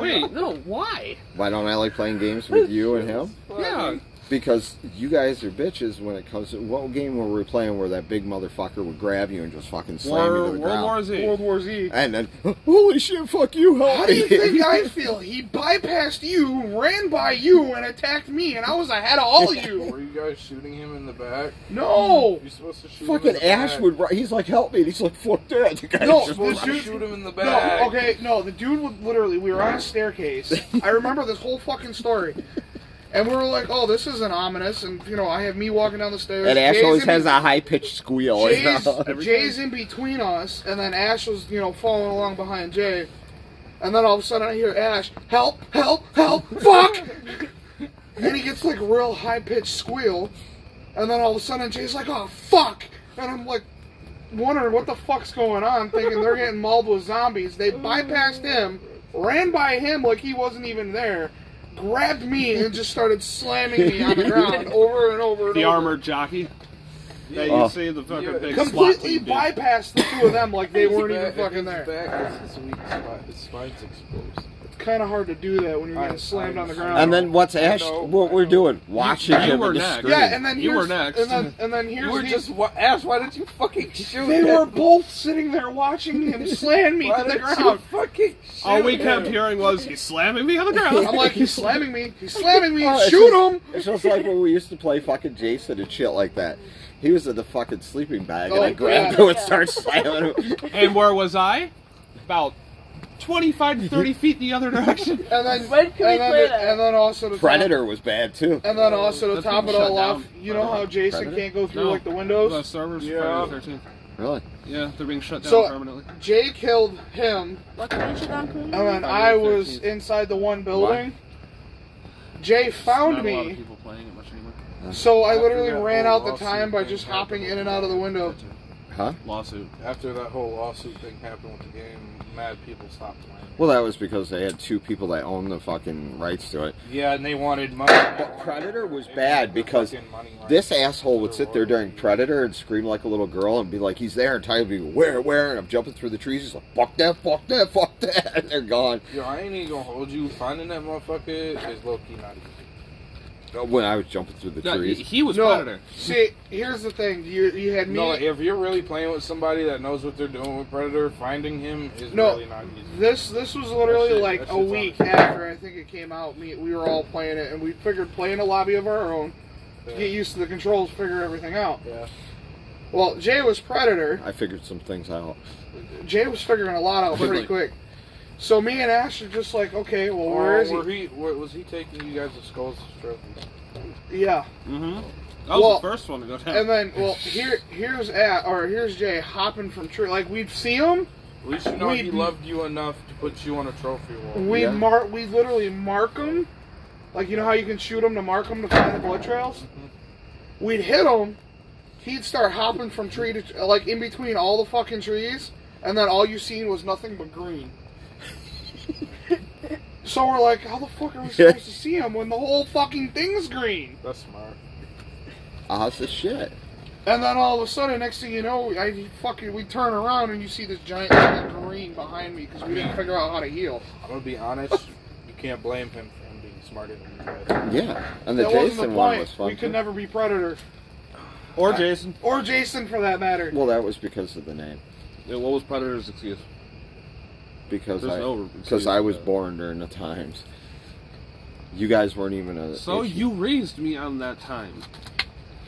Speaker 1: Wait, no, why?
Speaker 2: Why don't I like playing games with you and him?
Speaker 1: Yeah,
Speaker 2: because you guys are bitches when it comes to what game were we playing where that big motherfucker would grab you and just fucking slam you to
Speaker 1: War,
Speaker 2: the
Speaker 1: World
Speaker 2: ground.
Speaker 1: War Z.
Speaker 3: World War Z.
Speaker 2: and then, holy shit, fuck you, help
Speaker 6: How do you
Speaker 2: me."
Speaker 6: think I feel? He bypassed you, ran by you, and attacked me, and I was ahead of all of you.
Speaker 3: Were you guys shooting him in the back?
Speaker 6: No,
Speaker 3: You're supposed to shoot him
Speaker 2: Fucking
Speaker 3: in the
Speaker 2: Ash
Speaker 3: back.
Speaker 2: would. ri- He's like, "Help me!" And he's like, "Fuck that!" The guy
Speaker 6: No,
Speaker 2: just
Speaker 3: You're supposed
Speaker 6: the
Speaker 3: to
Speaker 6: dude-
Speaker 3: shoot him in the back.
Speaker 6: no, okay, no. The dude was literally. We were on a staircase. I remember this whole fucking story. And we were like, "Oh, this isn't ominous." And you know, I have me walking down the stairs.
Speaker 2: and Ash
Speaker 6: Jay's
Speaker 2: always
Speaker 6: in
Speaker 2: has a high pitched squeal. you
Speaker 6: Jay's,
Speaker 2: know?
Speaker 6: Jay's in between us, and then Ash was, you know, following along behind Jay. And then all of a sudden I hear Ash, help, help, help, fuck! and he gets like real high pitched squeal. And then all of a sudden Jay's like, oh, fuck! And I'm like, wondering what the fuck's going on, thinking they're getting mauled with zombies. They bypassed him, ran by him like he wasn't even there. Grabbed me and just started slamming me on the ground over and over and
Speaker 1: The
Speaker 6: over
Speaker 1: armored jockey. That you
Speaker 2: Oh.
Speaker 1: see the fucking
Speaker 3: Yeah.
Speaker 1: big
Speaker 6: completely
Speaker 1: slot
Speaker 6: bypassed the two of them like they
Speaker 3: His
Speaker 6: weren't even
Speaker 3: back-
Speaker 6: fucking
Speaker 3: his
Speaker 6: there.
Speaker 3: Back is his weak spot. His spine's exposed.
Speaker 6: It's kind of hard to do that when you're getting
Speaker 3: I-
Speaker 6: slammed
Speaker 3: I-
Speaker 6: on the ground.
Speaker 2: and then what's Ash?
Speaker 3: know,
Speaker 2: what
Speaker 3: I
Speaker 2: we're
Speaker 3: know.
Speaker 2: doing? Watching
Speaker 1: you
Speaker 2: him
Speaker 1: were
Speaker 2: in the
Speaker 1: next.
Speaker 2: screen.
Speaker 6: yeah, and then
Speaker 1: You
Speaker 6: here's,
Speaker 1: were next.
Speaker 6: and then and then here's
Speaker 3: You were
Speaker 6: the-
Speaker 3: just wa- Ash. Why didn't you fucking shoot
Speaker 6: they
Speaker 3: him?
Speaker 6: were both sitting there watching him slam me
Speaker 3: Why
Speaker 6: to the
Speaker 3: didn't you
Speaker 6: ground.
Speaker 3: Fucking shoot
Speaker 1: All we
Speaker 3: him?
Speaker 1: kept hearing was he's slamming me on the ground.
Speaker 6: I'm like, he's slamming me, he's slamming me,
Speaker 2: Oh, it's
Speaker 6: shoot
Speaker 2: just-
Speaker 6: him!
Speaker 2: It's just like when we used to play fucking Jason and shit like that. He was in the fucking sleeping bag, and
Speaker 6: Oh,
Speaker 2: I grabbed
Speaker 6: yeah.
Speaker 2: him and started slamming him.
Speaker 1: and where was I? About 25 to 30 feet the other direction.
Speaker 6: And then
Speaker 4: When can we
Speaker 6: and then,
Speaker 4: play
Speaker 6: it-
Speaker 4: that?
Speaker 6: and then also to top-
Speaker 2: Predator was bad too.
Speaker 6: and then also to
Speaker 1: Those
Speaker 6: top it
Speaker 1: people
Speaker 6: all
Speaker 1: shut
Speaker 6: off,
Speaker 1: down.
Speaker 6: you know how Jason
Speaker 2: Predator?
Speaker 6: can't go through
Speaker 1: No.
Speaker 6: like the
Speaker 1: The
Speaker 6: windows.
Speaker 1: servers
Speaker 3: Yeah.
Speaker 1: yeah. 13.
Speaker 2: Really?
Speaker 1: Yeah, they're being shut down
Speaker 6: So-
Speaker 1: permanently.
Speaker 6: Jay killed him,
Speaker 4: What page it on, please?
Speaker 6: and then I was inside the one building. Jay found
Speaker 1: Not a lot of
Speaker 6: me.
Speaker 1: people playing it much anymore.
Speaker 6: So I
Speaker 3: After
Speaker 6: literally
Speaker 3: that
Speaker 6: ran
Speaker 3: whole
Speaker 6: out the
Speaker 3: lawsuit
Speaker 6: time by
Speaker 3: thing
Speaker 6: just
Speaker 3: happened
Speaker 6: hopping in and out of the window.
Speaker 2: Huh?
Speaker 1: Lawsuit.
Speaker 3: After that whole lawsuit thing happened with the game, mad people stopped playing.
Speaker 2: Well, that was because they had two people that owned the fucking rights to it.
Speaker 3: Yeah, and they wanted money.
Speaker 2: But Predator was bad because This asshole would sit there during Predator and scream like a little girl and be like, "He's there!" and Ty would be, "Where, where?" And I'm jumping through the trees. He's like, "Fuck that! Fuck that! Fuck that!" And they're gone.
Speaker 3: Yo, I ain't even gonna hold you. Finding that motherfucker is low key not easy.
Speaker 2: When I was jumping through the
Speaker 1: No, he,
Speaker 2: trees,
Speaker 1: he was
Speaker 6: No.
Speaker 1: Predator.
Speaker 6: See, here's the thing. You you had me.
Speaker 3: No, if you're really playing with somebody that knows what they're doing with Predator, finding him is
Speaker 6: No.
Speaker 3: really not easy.
Speaker 6: this this was literally
Speaker 3: That shit-
Speaker 6: like
Speaker 3: that
Speaker 6: a
Speaker 3: shit's
Speaker 6: week
Speaker 3: honest.
Speaker 6: after I think it came out. Me, we were all playing it, and we figured playing a lobby of our own, get used to the controls, figure everything out.
Speaker 3: Yeah.
Speaker 6: Well, Jay was Predator.
Speaker 2: I figured some things out.
Speaker 6: Jay was figuring a lot out pretty
Speaker 1: Quickly.
Speaker 6: quick. So me and Ash are just like, okay, well,
Speaker 3: Or
Speaker 6: where is
Speaker 3: Oh, were
Speaker 6: he?
Speaker 3: he? were- was he taking you guys to skulls and trophies?
Speaker 6: Yeah.
Speaker 1: Mm-hmm. That was
Speaker 6: Well,
Speaker 1: the first one to go down.
Speaker 6: And then, well, here here's at or here's Jay hopping from tree. Like we'd see him,
Speaker 3: At least you know
Speaker 6: We-
Speaker 3: he loved you enough to put you on a trophy wall.
Speaker 6: We
Speaker 2: Yeah.
Speaker 6: mark. We literally mark them. Like you know how you can shoot them to mark them to find the blood trails.
Speaker 2: Mm-hmm.
Speaker 6: We'd hit him. He'd start hopping from tree to like in between all the fucking trees, and then all you seen was nothing but green. so we're like, how the fuck are we supposed to see him when the whole fucking thing's green?
Speaker 3: That's smart.
Speaker 2: Ah, it's the shit.
Speaker 6: And then all of a sudden, next thing you know, I fucking we turn around and you see this giant thing of green behind me because we didn't figure out how to heal.
Speaker 3: I'm gonna be honest. you can't blame him for him being smarter than you guys.
Speaker 2: Yeah, and the
Speaker 6: that
Speaker 2: Jason
Speaker 6: wasn't the
Speaker 2: one
Speaker 6: point.
Speaker 2: was fun.
Speaker 6: we could
Speaker 2: too.
Speaker 6: never be predator.
Speaker 1: or Jason.
Speaker 6: Or Jason, for that matter.
Speaker 2: Well, that was because of the name.
Speaker 1: Yeah, what was Predator's excuse?
Speaker 2: Because
Speaker 1: There's
Speaker 2: I
Speaker 1: no
Speaker 2: because
Speaker 1: excuse
Speaker 2: I
Speaker 1: for
Speaker 2: was
Speaker 1: that.
Speaker 2: born during the times. You guys weren't even a.
Speaker 1: So
Speaker 2: issue.
Speaker 1: you raised me on that time.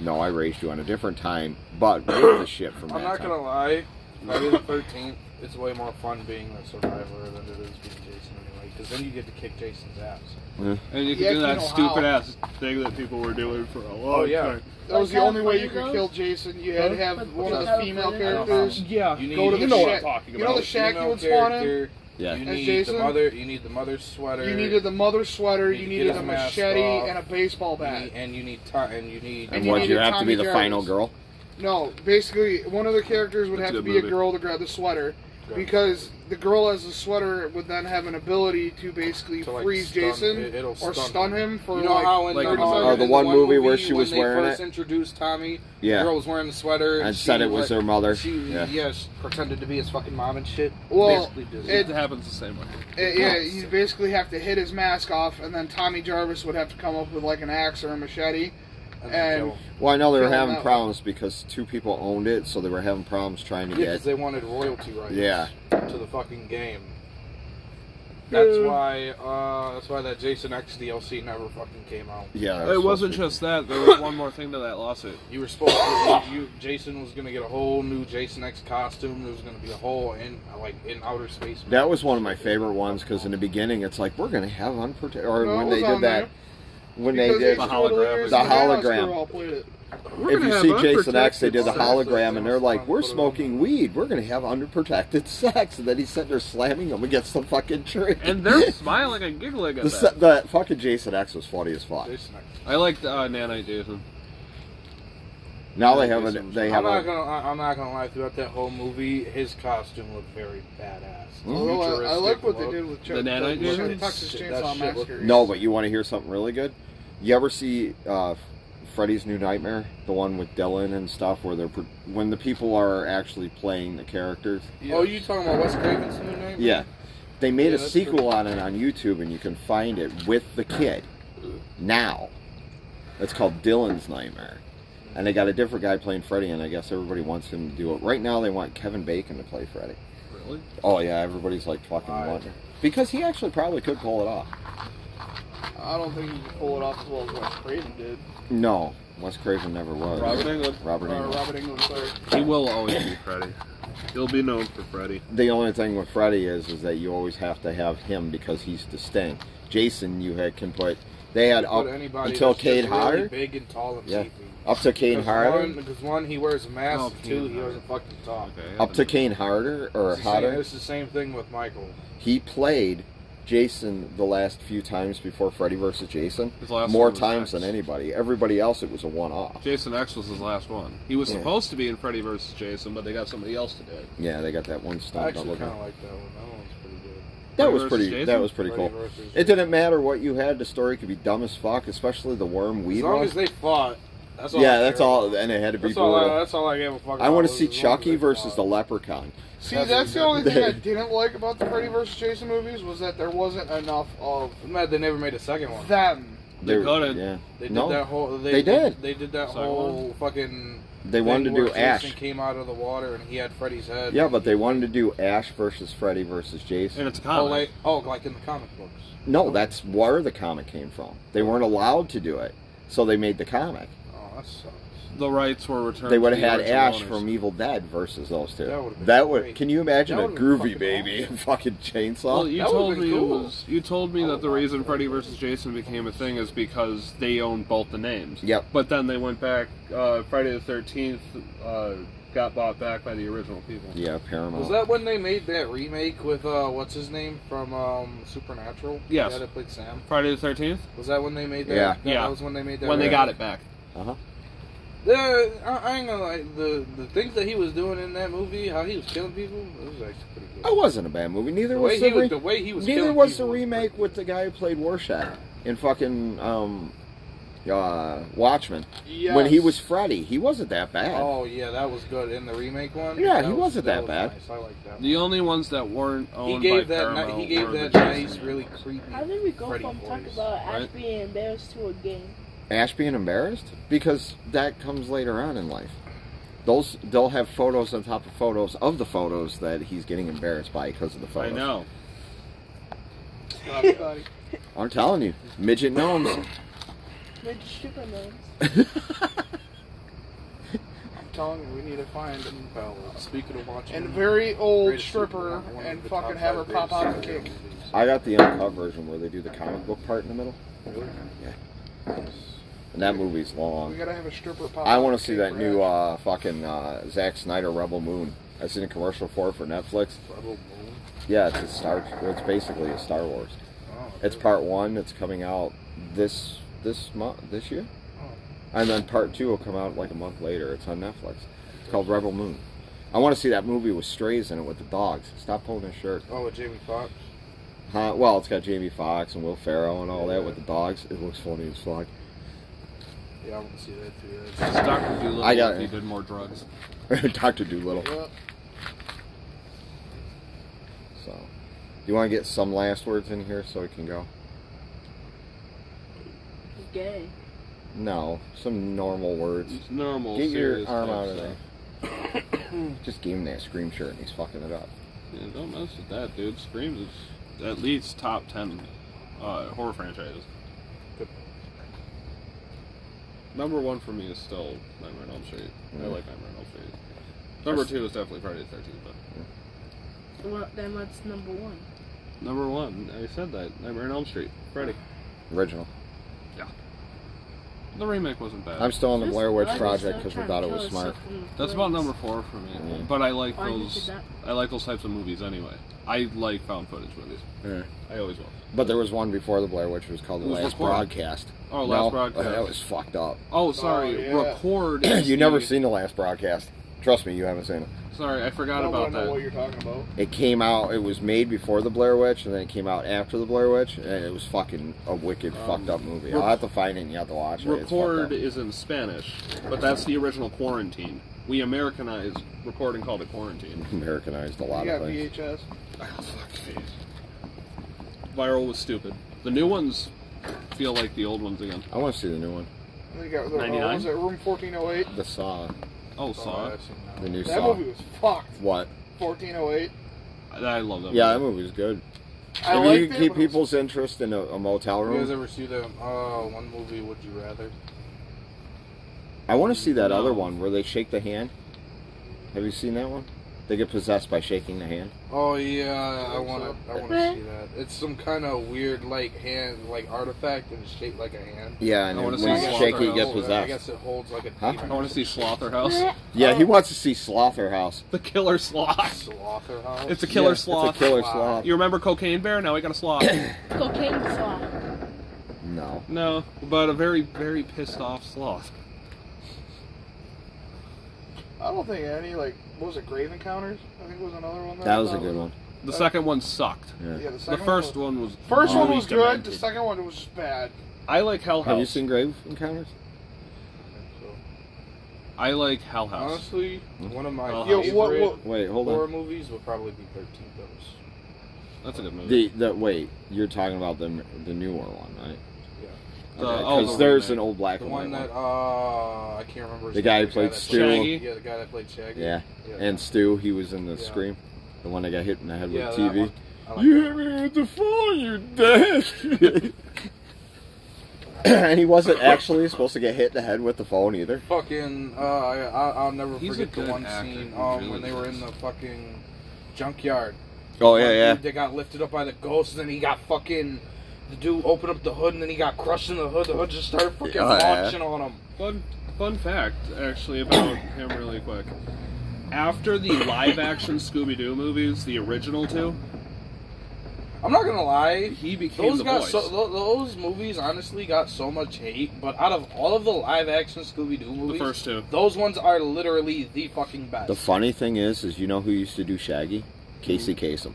Speaker 2: No, I raised you on a different time, but raised the shit from
Speaker 3: I'm
Speaker 2: that
Speaker 3: not
Speaker 2: time.
Speaker 3: gonna lie. Friday the 13th, it's way more fun being the survivor than it is being Jason anyway, because then you get to kick Jason's ass.
Speaker 1: And you could
Speaker 6: Yeah,
Speaker 1: do
Speaker 6: you
Speaker 1: that
Speaker 6: know
Speaker 1: stupid
Speaker 6: how.
Speaker 1: ass thing that people were doing for a long
Speaker 3: Oh, yeah.
Speaker 1: time.
Speaker 6: That was the
Speaker 4: Like,
Speaker 6: only
Speaker 4: how
Speaker 6: way
Speaker 4: funny
Speaker 6: you could
Speaker 4: those?
Speaker 6: kill Jason. You had to have
Speaker 4: Like,
Speaker 6: one of
Speaker 4: like
Speaker 6: the
Speaker 4: how
Speaker 6: female
Speaker 4: funny those?
Speaker 6: characters.
Speaker 1: Yeah.
Speaker 3: You need
Speaker 6: Go to the
Speaker 1: know what I'm
Speaker 6: shack.
Speaker 1: talking
Speaker 6: You know
Speaker 1: about.
Speaker 6: the shack you
Speaker 3: female
Speaker 6: would spawn in.
Speaker 3: character,
Speaker 2: Yeah.
Speaker 3: You
Speaker 6: As
Speaker 3: need
Speaker 6: Jason?
Speaker 3: the mother. You need the mother's sweater.
Speaker 6: You needed the mother sweater.
Speaker 3: You
Speaker 6: You
Speaker 3: could
Speaker 6: needed
Speaker 3: get
Speaker 6: a
Speaker 3: his mask
Speaker 6: machete
Speaker 3: off.
Speaker 6: and a baseball
Speaker 3: you
Speaker 6: bat.
Speaker 3: need- and you need time. And you need.
Speaker 2: And
Speaker 6: you
Speaker 2: what, you
Speaker 6: needed
Speaker 2: have to be
Speaker 6: Tommy
Speaker 2: the
Speaker 6: Jarvis.
Speaker 2: final girl?
Speaker 6: No, basically, one of the characters would
Speaker 1: That's
Speaker 6: have
Speaker 1: a
Speaker 6: to
Speaker 1: good
Speaker 6: be a
Speaker 1: movie.
Speaker 6: girl to grab the sweater, because the girl as a sweater would then have an ability to basically
Speaker 3: To, like,
Speaker 6: freeze
Speaker 3: stun-
Speaker 6: Jason
Speaker 3: it- it'll stun
Speaker 6: or stun him,
Speaker 3: him.
Speaker 6: for
Speaker 7: you know
Speaker 6: like
Speaker 7: how in
Speaker 1: like
Speaker 7: the,
Speaker 1: the-
Speaker 7: uh,
Speaker 1: oh,
Speaker 7: in
Speaker 2: the one movie where
Speaker 7: movie
Speaker 2: she
Speaker 7: when
Speaker 2: was
Speaker 7: they
Speaker 2: wearing
Speaker 7: first
Speaker 2: it?
Speaker 7: introduced Tommy,
Speaker 2: Yeah.
Speaker 7: the girl was wearing the sweater
Speaker 2: and
Speaker 7: she
Speaker 2: said it was
Speaker 7: like-
Speaker 2: her mother.
Speaker 7: She
Speaker 2: yeah.
Speaker 7: yes pretended to be his fucking mom and shit.
Speaker 6: Well,
Speaker 7: Basically did
Speaker 1: It
Speaker 7: it.
Speaker 1: happens the same way.
Speaker 6: Uh, yeah, you basically have to hit his mask off, and then Tommy Jarvis would have to come up with like an axe or a machete.
Speaker 7: then
Speaker 6: And
Speaker 7: kill him.
Speaker 2: Well, I know they were
Speaker 6: Kill him
Speaker 2: having
Speaker 6: that way.
Speaker 2: problems because two people owned it, so they were having problems trying to
Speaker 3: Yeah, because
Speaker 2: get.
Speaker 3: they wanted royalty rights.
Speaker 2: Yeah.
Speaker 3: To the fucking game. That's why. Uh, that's why that Jason X DLC never fucking came out.
Speaker 2: Yeah,
Speaker 1: It wasn't just that. There was one more thing to that lawsuit.
Speaker 3: You were supposed to. You, you Jason was gonna get a whole new Jason X costume. There was gonna be a whole in like in outer space.
Speaker 2: That was one of my favorite ones because in the beginning it's like we're gonna have unprotected, or
Speaker 6: No, it
Speaker 2: when
Speaker 6: was
Speaker 2: they
Speaker 6: on
Speaker 2: did
Speaker 6: there.
Speaker 2: that, when they
Speaker 6: because
Speaker 2: did
Speaker 6: Jason
Speaker 1: The hologram.
Speaker 6: Rodriguez
Speaker 2: The
Speaker 6: and Dallas
Speaker 2: hologram.
Speaker 6: Girl all played it.
Speaker 1: We're
Speaker 2: if
Speaker 1: gonna
Speaker 2: you
Speaker 1: have
Speaker 2: see Jason X, they
Speaker 1: unprotected
Speaker 2: did the
Speaker 1: sex.
Speaker 2: hologram, and they're like,
Speaker 3: Put
Speaker 2: "We're
Speaker 3: it on.
Speaker 2: smoking weed. We're gonna have underprotected sex." And then he's sitting there slamming him against the fucking tree.
Speaker 1: And they're smiling and giggling at
Speaker 2: the, se-
Speaker 1: that.
Speaker 2: the fucking Jason X was funny as fuck.
Speaker 3: Jason X.
Speaker 1: I liked uh, Nanite Jason.
Speaker 2: Now they
Speaker 3: Yeah,
Speaker 2: have a
Speaker 3: Jason-
Speaker 2: they
Speaker 3: I'm
Speaker 2: have
Speaker 3: not
Speaker 2: a
Speaker 3: gonna. I- I'm not gonna lie. Throughout that whole movie, his costume looked very badass.
Speaker 2: Mm-hmm.
Speaker 6: Although uh, I, I like
Speaker 3: Futuristic
Speaker 6: what they
Speaker 3: look.
Speaker 6: did with Chuck,
Speaker 1: The nanite
Speaker 6: the Chuck
Speaker 1: dude?
Speaker 6: Texas
Speaker 3: That
Speaker 6: Chainsaw
Speaker 3: shit
Speaker 6: Massacre.
Speaker 2: no. But you want to hear something really good? You ever see uh, Freddy's New Nightmare, the one with Dylan and stuff, where they're pro- when the people are actually playing the characters?
Speaker 7: Oh, you talking about Wes Craven's new name?
Speaker 2: Yeah. They made
Speaker 7: Yeah,
Speaker 2: a
Speaker 7: that's
Speaker 2: sequel on it on YouTube, and you can find it with the kid now. It's called Dylan's Nightmare. And they got a different guy playing Freddy, and I guess everybody wants him to do it. Right now, they want Kevin Bacon to play Freddy.
Speaker 1: Really?
Speaker 2: Oh, yeah, everybody's like fucking
Speaker 3: Why?
Speaker 2: wanting. Because he actually probably could pull it off.
Speaker 6: I don't think you can pull it off as well as Wes Craven did.
Speaker 2: No, Wes Craven never was.
Speaker 1: Robert Englund.
Speaker 2: Robert
Speaker 6: Or
Speaker 2: Englund.
Speaker 6: Robert Englund, sorry.
Speaker 1: He will always be Freddy. He'll be known for Freddy.
Speaker 2: The only thing with Freddy is, is that you always have to have him because he's distinct. Jason, you had can put. They had up
Speaker 3: But anybody
Speaker 2: until
Speaker 3: that's just
Speaker 2: Kane
Speaker 3: really
Speaker 2: Hodder.
Speaker 3: big and tall and
Speaker 2: Yeah.
Speaker 3: teethy.
Speaker 2: Up to Kane
Speaker 3: Because one-
Speaker 2: Harder.
Speaker 3: Because one, he wears a mask.
Speaker 1: Oh,
Speaker 3: and two,
Speaker 1: Kane
Speaker 3: he doesn't fucking talk.
Speaker 1: Okay.
Speaker 2: Up to Kane Harder or
Speaker 3: It's the, same,
Speaker 2: Hodder.
Speaker 3: it's the same thing with Michael.
Speaker 2: He played Jason the last few times before Freddy versus Jason.
Speaker 1: His last
Speaker 2: More
Speaker 1: one was
Speaker 2: times than
Speaker 1: X.
Speaker 2: anybody. Everybody else, it was a one off.
Speaker 1: Jason X was his last one. He was
Speaker 2: Yeah.
Speaker 1: supposed to be in Freddy vs. Jason, but they got somebody else to do it.
Speaker 2: Yeah, they got that one
Speaker 3: I
Speaker 2: stunt.
Speaker 3: actually
Speaker 2: double.
Speaker 3: kind of like that one. That one's pretty good.
Speaker 2: That
Speaker 1: Freddy
Speaker 2: was
Speaker 1: versus
Speaker 2: pretty.
Speaker 1: Jason?
Speaker 2: That was pretty
Speaker 3: Freddy
Speaker 2: cool.
Speaker 3: versus
Speaker 2: It didn't matter what you had. The story could be dumb as fuck, especially the worm
Speaker 3: As
Speaker 2: weed
Speaker 3: long
Speaker 2: one.
Speaker 3: as they fought. That's all I
Speaker 2: yeah, that's
Speaker 3: care.
Speaker 2: all, and it had to be
Speaker 3: That's all, I,
Speaker 2: brutal.
Speaker 3: that's all I gave a fuck
Speaker 2: I want to
Speaker 3: about,
Speaker 2: see
Speaker 3: as long as
Speaker 2: Chucky
Speaker 3: they
Speaker 2: versus the
Speaker 3: fought.
Speaker 2: Leprechaun.
Speaker 6: See,
Speaker 3: That's
Speaker 6: that's the
Speaker 3: what
Speaker 6: only
Speaker 2: they
Speaker 6: thing I
Speaker 2: did.
Speaker 6: didn't like about the Freddy vs. Jason movies was that there wasn't enough of
Speaker 3: I'm mad they never made a second one.
Speaker 6: them.
Speaker 1: They
Speaker 2: They're-
Speaker 1: couldn't.
Speaker 2: Yeah,
Speaker 3: They did
Speaker 2: no,
Speaker 3: that whole. They,
Speaker 2: They did.
Speaker 3: They did that
Speaker 1: Second
Speaker 3: whole fucking.
Speaker 2: they wanted to
Speaker 3: thing
Speaker 2: do
Speaker 3: where
Speaker 2: Ash.
Speaker 3: Jason came out of the water and he had Freddy's head.
Speaker 2: Yeah, but they wanted to do Ash versus Freddy versus
Speaker 1: And
Speaker 2: Jason.
Speaker 1: it's a
Speaker 3: Oh,
Speaker 1: comic.
Speaker 3: like, oh, like in the comic books.
Speaker 2: No, that's where the comic came from. They weren't allowed to do it, so they made the comic.
Speaker 3: Oh, that sucks.
Speaker 1: the rights were returned.
Speaker 2: They
Speaker 1: to
Speaker 2: would have
Speaker 1: the
Speaker 2: had
Speaker 1: original
Speaker 2: Ash
Speaker 1: owners.
Speaker 2: from Evil Dead versus those two.
Speaker 3: That would've been
Speaker 2: That would.
Speaker 3: great.
Speaker 2: Can you imagine
Speaker 3: That
Speaker 2: a
Speaker 3: would've
Speaker 2: groovy
Speaker 3: been fucking
Speaker 2: baby and fucking chainsaw?
Speaker 1: Well, you
Speaker 3: That would've
Speaker 1: told
Speaker 3: been
Speaker 1: me
Speaker 3: cool.
Speaker 1: it was, you told me
Speaker 3: Oh,
Speaker 1: that the
Speaker 3: wow.
Speaker 1: reason Freddy vs. Jason became a thing is because they owned both the names.
Speaker 2: Yep.
Speaker 1: But then they went back. Uh, Friday the Thirteenth uh, got bought back by the original people.
Speaker 2: yeah,
Speaker 3: Was
Speaker 2: Paramount.
Speaker 3: that when they made that remake with uh, what's his name from um, Supernatural?
Speaker 1: Yes.
Speaker 3: Yeah, that played Sam.
Speaker 1: Friday the Thirteenth.
Speaker 3: Was that when they made that?
Speaker 2: Yeah.
Speaker 3: that,
Speaker 1: Yeah.
Speaker 3: That was when they made that.
Speaker 1: When they
Speaker 3: remake?
Speaker 1: got it back.
Speaker 2: uh-huh.
Speaker 3: The, I, I ain't gonna lie. The the things that he was doing in that movie, how he was killing people, it was actually pretty good.
Speaker 2: That wasn't a bad movie. Neither
Speaker 3: the
Speaker 2: Oh, was
Speaker 3: way
Speaker 2: the
Speaker 3: he was,
Speaker 2: re-
Speaker 3: the way he was.
Speaker 2: neither
Speaker 3: killing
Speaker 2: was the
Speaker 3: people
Speaker 2: remake with the guy who played Warshak in fucking um, uh, Watchmen. When he was Freddy, he wasn't that bad.
Speaker 3: Oh yeah, that was good in the remake one.
Speaker 2: Yeah,
Speaker 3: that
Speaker 2: he
Speaker 3: was-
Speaker 2: wasn't that
Speaker 3: was
Speaker 2: bad.
Speaker 3: Nice. I like that.
Speaker 1: The only ones that weren't
Speaker 3: he
Speaker 1: owned
Speaker 3: gave
Speaker 1: by
Speaker 3: that.
Speaker 1: Paramount
Speaker 3: Ni- he gave
Speaker 1: were
Speaker 3: that
Speaker 1: the
Speaker 3: nice,
Speaker 1: Jason
Speaker 3: really
Speaker 1: movies.
Speaker 3: creepy.
Speaker 4: How did we go
Speaker 3: Freddy
Speaker 4: from talking
Speaker 3: voice,
Speaker 4: about Ash
Speaker 1: right?
Speaker 4: being embarrassed to a game?
Speaker 2: Ash being embarrassed because that comes later on in life. Those they'll have photos on top of photos of the photos that he's getting embarrassed by because of the
Speaker 1: I
Speaker 2: photos.
Speaker 1: know.
Speaker 6: Everybody.
Speaker 2: I'm telling you, midget gnomes.
Speaker 4: With stripper names.
Speaker 6: I'm telling you, we need to find an
Speaker 3: Well, speaking of watching,
Speaker 6: and very old
Speaker 3: greatest
Speaker 6: stripper
Speaker 3: superhero, one of
Speaker 6: and
Speaker 3: the
Speaker 6: fucking
Speaker 3: top
Speaker 6: have her
Speaker 3: five
Speaker 6: pop out and
Speaker 3: greatest
Speaker 6: kick.
Speaker 3: superhero movies.
Speaker 2: I got the uncut version where they do the comic book part in the middle,
Speaker 3: Really?
Speaker 2: and that movie's
Speaker 6: We
Speaker 2: long.
Speaker 6: gotta have a stripper pop.
Speaker 2: I
Speaker 6: out
Speaker 2: want
Speaker 6: and
Speaker 2: to see
Speaker 6: kick
Speaker 2: that
Speaker 6: for
Speaker 2: new
Speaker 6: Ash.
Speaker 2: uh, fucking uh, Zack Snyder Rebel Moon. I seen a commercial for it for Netflix.
Speaker 3: Rebel Moon?
Speaker 2: Yeah, it's a Star. It's basically a Star Wars.
Speaker 3: Oh,
Speaker 2: It's part one. It's coming out this this month, this year,
Speaker 3: Oh.
Speaker 2: and then part two will come out like a month later. It's on Netflix. It's called Rebel Moon. I want to see that movie with strays in it with the dogs. Stop pulling his shirt.
Speaker 3: Oh, with Jamie Foxx.
Speaker 2: Huh? Well, it's got Jamie Foxx and Will Ferrell and all that with the dogs. It looks funny as fuck.
Speaker 3: Yeah, I want to see that too.
Speaker 1: It's Doctor Doolittle.
Speaker 2: I got
Speaker 1: if
Speaker 2: it.
Speaker 1: He did more drugs.
Speaker 2: Doctor Doolittle.
Speaker 3: Well,
Speaker 2: So, you want to get some last words in here so we can go?
Speaker 4: Gay.
Speaker 2: No, some normal words.
Speaker 1: It's normal.
Speaker 2: Get your
Speaker 1: serious
Speaker 2: arm
Speaker 1: type
Speaker 2: out of
Speaker 1: stuff.
Speaker 2: there. Just gave him that scream shirt and he's fucking it up.
Speaker 1: Yeah, don't mess with that, dude. Screams is at least top ten uh, horror franchises. Number one for me is still Nightmare on Elm Street. I
Speaker 2: Yeah.
Speaker 1: like Nightmare on Elm Street. Number two is definitely Friday the Thirteenth, but
Speaker 4: Well, then what's number one?
Speaker 1: number one, I said that Nightmare on Elm Street, Freddy.
Speaker 2: Original.
Speaker 1: The remake wasn't bad.
Speaker 2: I'm still on the
Speaker 4: This
Speaker 2: Blair Witch
Speaker 4: blood is
Speaker 2: Project
Speaker 4: so
Speaker 2: because we
Speaker 4: trying
Speaker 2: thought
Speaker 4: to
Speaker 2: it
Speaker 4: kill
Speaker 2: was smart.
Speaker 4: itself from the
Speaker 1: That's about
Speaker 4: flames.
Speaker 1: number four for me.
Speaker 2: Yeah.
Speaker 1: But I like
Speaker 4: Why did you
Speaker 1: those.
Speaker 4: do that?
Speaker 1: I like those types of movies anyway. I like found footage movies.
Speaker 2: Yeah.
Speaker 1: I always will.
Speaker 2: But there was one before the Blair Witch was called
Speaker 1: It
Speaker 2: The
Speaker 1: was
Speaker 2: Last
Speaker 1: recorded.
Speaker 2: Broadcast.
Speaker 1: Oh, Last
Speaker 2: No,
Speaker 1: Broadcast.
Speaker 2: That was fucked up.
Speaker 1: Oh, sorry.
Speaker 6: Oh, yeah.
Speaker 1: Record. is
Speaker 2: you never
Speaker 1: the-
Speaker 2: seen The Last Broadcast. Trust me, you haven't seen it.
Speaker 1: Sorry, I forgot
Speaker 6: I don't
Speaker 1: about
Speaker 6: know what
Speaker 1: that.
Speaker 6: you're talking about.
Speaker 2: It came out, it was made before The Blair Witch, and then it came out after The Blair Witch, and it was fucking a wicked,
Speaker 1: Um,
Speaker 2: fucked up movie.
Speaker 1: rec-
Speaker 2: I'll have to find it and you have to watch it. It's fucked
Speaker 1: Record
Speaker 2: up.
Speaker 1: is in Spanish, but that's the original Quarantine. We Americanized record and called it Quarantine.
Speaker 2: Americanized a lot
Speaker 6: You
Speaker 2: of
Speaker 6: got
Speaker 2: things.
Speaker 6: VHS.
Speaker 1: Viral was stupid. The new ones feel like the old ones again.
Speaker 2: I want to see the new one.
Speaker 6: I think that was, uh,
Speaker 1: 99?
Speaker 6: what was it Room 1408?
Speaker 2: The Saw.
Speaker 1: Oh, Saw.
Speaker 3: I've seen that.
Speaker 2: The new
Speaker 6: That
Speaker 2: Saw.
Speaker 6: movie was fucked.
Speaker 2: What?
Speaker 6: 1408.
Speaker 1: I love that.
Speaker 2: Yeah, that
Speaker 1: movie.
Speaker 2: movie was good.
Speaker 6: I
Speaker 2: if
Speaker 6: liked
Speaker 2: you can keep
Speaker 6: it, but it was-
Speaker 2: people's interest in a, a motel
Speaker 3: You guys
Speaker 2: room,
Speaker 3: ever see the uh, one movie? Would you rather?
Speaker 2: I want to see that
Speaker 1: No.
Speaker 2: other one where they shake the hand. Have you seen that one? They get possessed by shaking the hand.
Speaker 3: Oh yeah, I
Speaker 6: think
Speaker 3: want to. I want to see that. It's some kind of weird like hand, like artifact, and it's shaped like a hand.
Speaker 2: Yeah,
Speaker 1: I
Speaker 2: and
Speaker 1: wanna
Speaker 2: when
Speaker 1: see
Speaker 2: you
Speaker 1: Slaughter
Speaker 2: shake, it, you
Speaker 1: House.
Speaker 2: get
Speaker 3: I
Speaker 2: possessed.
Speaker 3: guess it holds like a
Speaker 2: Huh?
Speaker 3: demon.
Speaker 1: I want to see Slaughterhouse.
Speaker 2: Yeah,
Speaker 4: Oh.
Speaker 2: he wants to see Slaughterhouse.
Speaker 1: the killer sloth.
Speaker 3: Slaughterhouse.
Speaker 1: It's a killer
Speaker 2: Yeah,
Speaker 1: sloth.
Speaker 2: It's a killer
Speaker 3: Wow.
Speaker 2: sloth.
Speaker 1: You remember Cocaine Bear? Now we got a sloth.
Speaker 4: Cocaine slot.
Speaker 2: No.
Speaker 1: no, but a very, very pissed off sloth.
Speaker 6: I don't think any, like, what was it, Grave Encounters? I think was another one. I
Speaker 2: That was a
Speaker 6: thought
Speaker 2: good one.
Speaker 1: The second one sucked.
Speaker 6: Yeah,
Speaker 2: Yeah.
Speaker 6: the,
Speaker 1: The
Speaker 6: second
Speaker 1: first
Speaker 6: one.
Speaker 1: one was.
Speaker 6: Was, first one
Speaker 1: really
Speaker 6: was good,
Speaker 1: demented.
Speaker 6: the second one was just bad.
Speaker 1: I like Hell House.
Speaker 2: Have you seen Grave Encounters?
Speaker 1: I like Hell House.
Speaker 3: Honestly, one of my
Speaker 1: Oh.
Speaker 6: Yo,
Speaker 3: favorite
Speaker 6: what, what,
Speaker 2: Wait, hold
Speaker 3: horror
Speaker 2: on.
Speaker 3: movies would probably be Thirteen Ghosts.
Speaker 1: That's a good movie.
Speaker 2: The the wait, you're talking about the the newer one, right?
Speaker 1: The-
Speaker 2: Okay,
Speaker 1: oh,
Speaker 2: 'cause
Speaker 1: the
Speaker 2: there's
Speaker 1: remake.
Speaker 2: an old black
Speaker 3: The
Speaker 2: and
Speaker 3: one
Speaker 2: white
Speaker 3: that uh, I can't remember. his
Speaker 2: The
Speaker 3: name,
Speaker 2: guy who played
Speaker 3: that
Speaker 2: Stu.
Speaker 1: Shaggy?
Speaker 3: Yeah, the guy that played Shaggy.
Speaker 2: Yeah.
Speaker 3: yeah.
Speaker 2: And Stu, he was in the
Speaker 3: Yeah.
Speaker 2: Scream, the one that got hit in the head
Speaker 3: yeah,
Speaker 2: with
Speaker 3: that
Speaker 2: TV.
Speaker 3: one. I like
Speaker 2: you
Speaker 3: that.
Speaker 2: hit me with the phone, you're dead. and he wasn't actually supposed to get hit in the head with the phone either.
Speaker 3: Fucking, uh, I, I, I'll never
Speaker 1: He's a
Speaker 3: forget the
Speaker 1: good
Speaker 3: one
Speaker 1: actor,
Speaker 3: scene
Speaker 1: he
Speaker 3: um,
Speaker 1: really
Speaker 3: when they were
Speaker 1: is.
Speaker 3: in the fucking junkyard.
Speaker 2: Oh
Speaker 3: One
Speaker 2: yeah, yeah.
Speaker 3: dude That got lifted up by the ghosts, and then he got fucking. The dude opened up the hood, and then he got crushed in the hood. The hood just started fucking
Speaker 2: Oh, Yeah.
Speaker 3: launching on him.
Speaker 1: Fun, fun fact, actually, about him really quick. After the live-action Scooby-Doo movies, the original two,
Speaker 3: I'm not gonna lie.
Speaker 1: he became
Speaker 3: Those
Speaker 1: the
Speaker 3: got
Speaker 1: voice.
Speaker 3: so, tho- those movies honestly got so much hate, but out of all of the live action Scooby Doo
Speaker 1: the
Speaker 3: movies,
Speaker 1: first two.
Speaker 3: those ones are literally the fucking best.
Speaker 2: The funny thing is, is you know who used to do Shaggy?
Speaker 3: Hmm.
Speaker 2: Casey Kasem.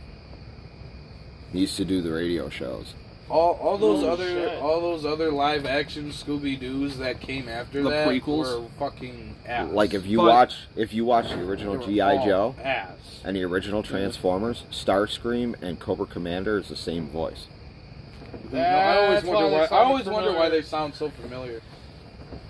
Speaker 2: He used to do the radio shows.
Speaker 3: all, all those
Speaker 6: Oh,
Speaker 3: other
Speaker 6: shit.
Speaker 3: all those other live action Scooby Doos that came after
Speaker 1: The
Speaker 3: that
Speaker 1: prequels?
Speaker 3: were fucking ass.
Speaker 2: Like if you
Speaker 1: But-
Speaker 2: watch, if you watch the
Speaker 3: They
Speaker 2: original
Speaker 3: were
Speaker 2: GI
Speaker 3: all
Speaker 2: Joe
Speaker 3: ass.
Speaker 2: and the original Transformers, Starscream and Cobra Commander is the same voice.
Speaker 3: You know, I always
Speaker 6: That's
Speaker 3: wonder
Speaker 6: they
Speaker 3: why. I
Speaker 6: sounded
Speaker 3: always wonder why
Speaker 6: familiar.
Speaker 3: they sound so familiar.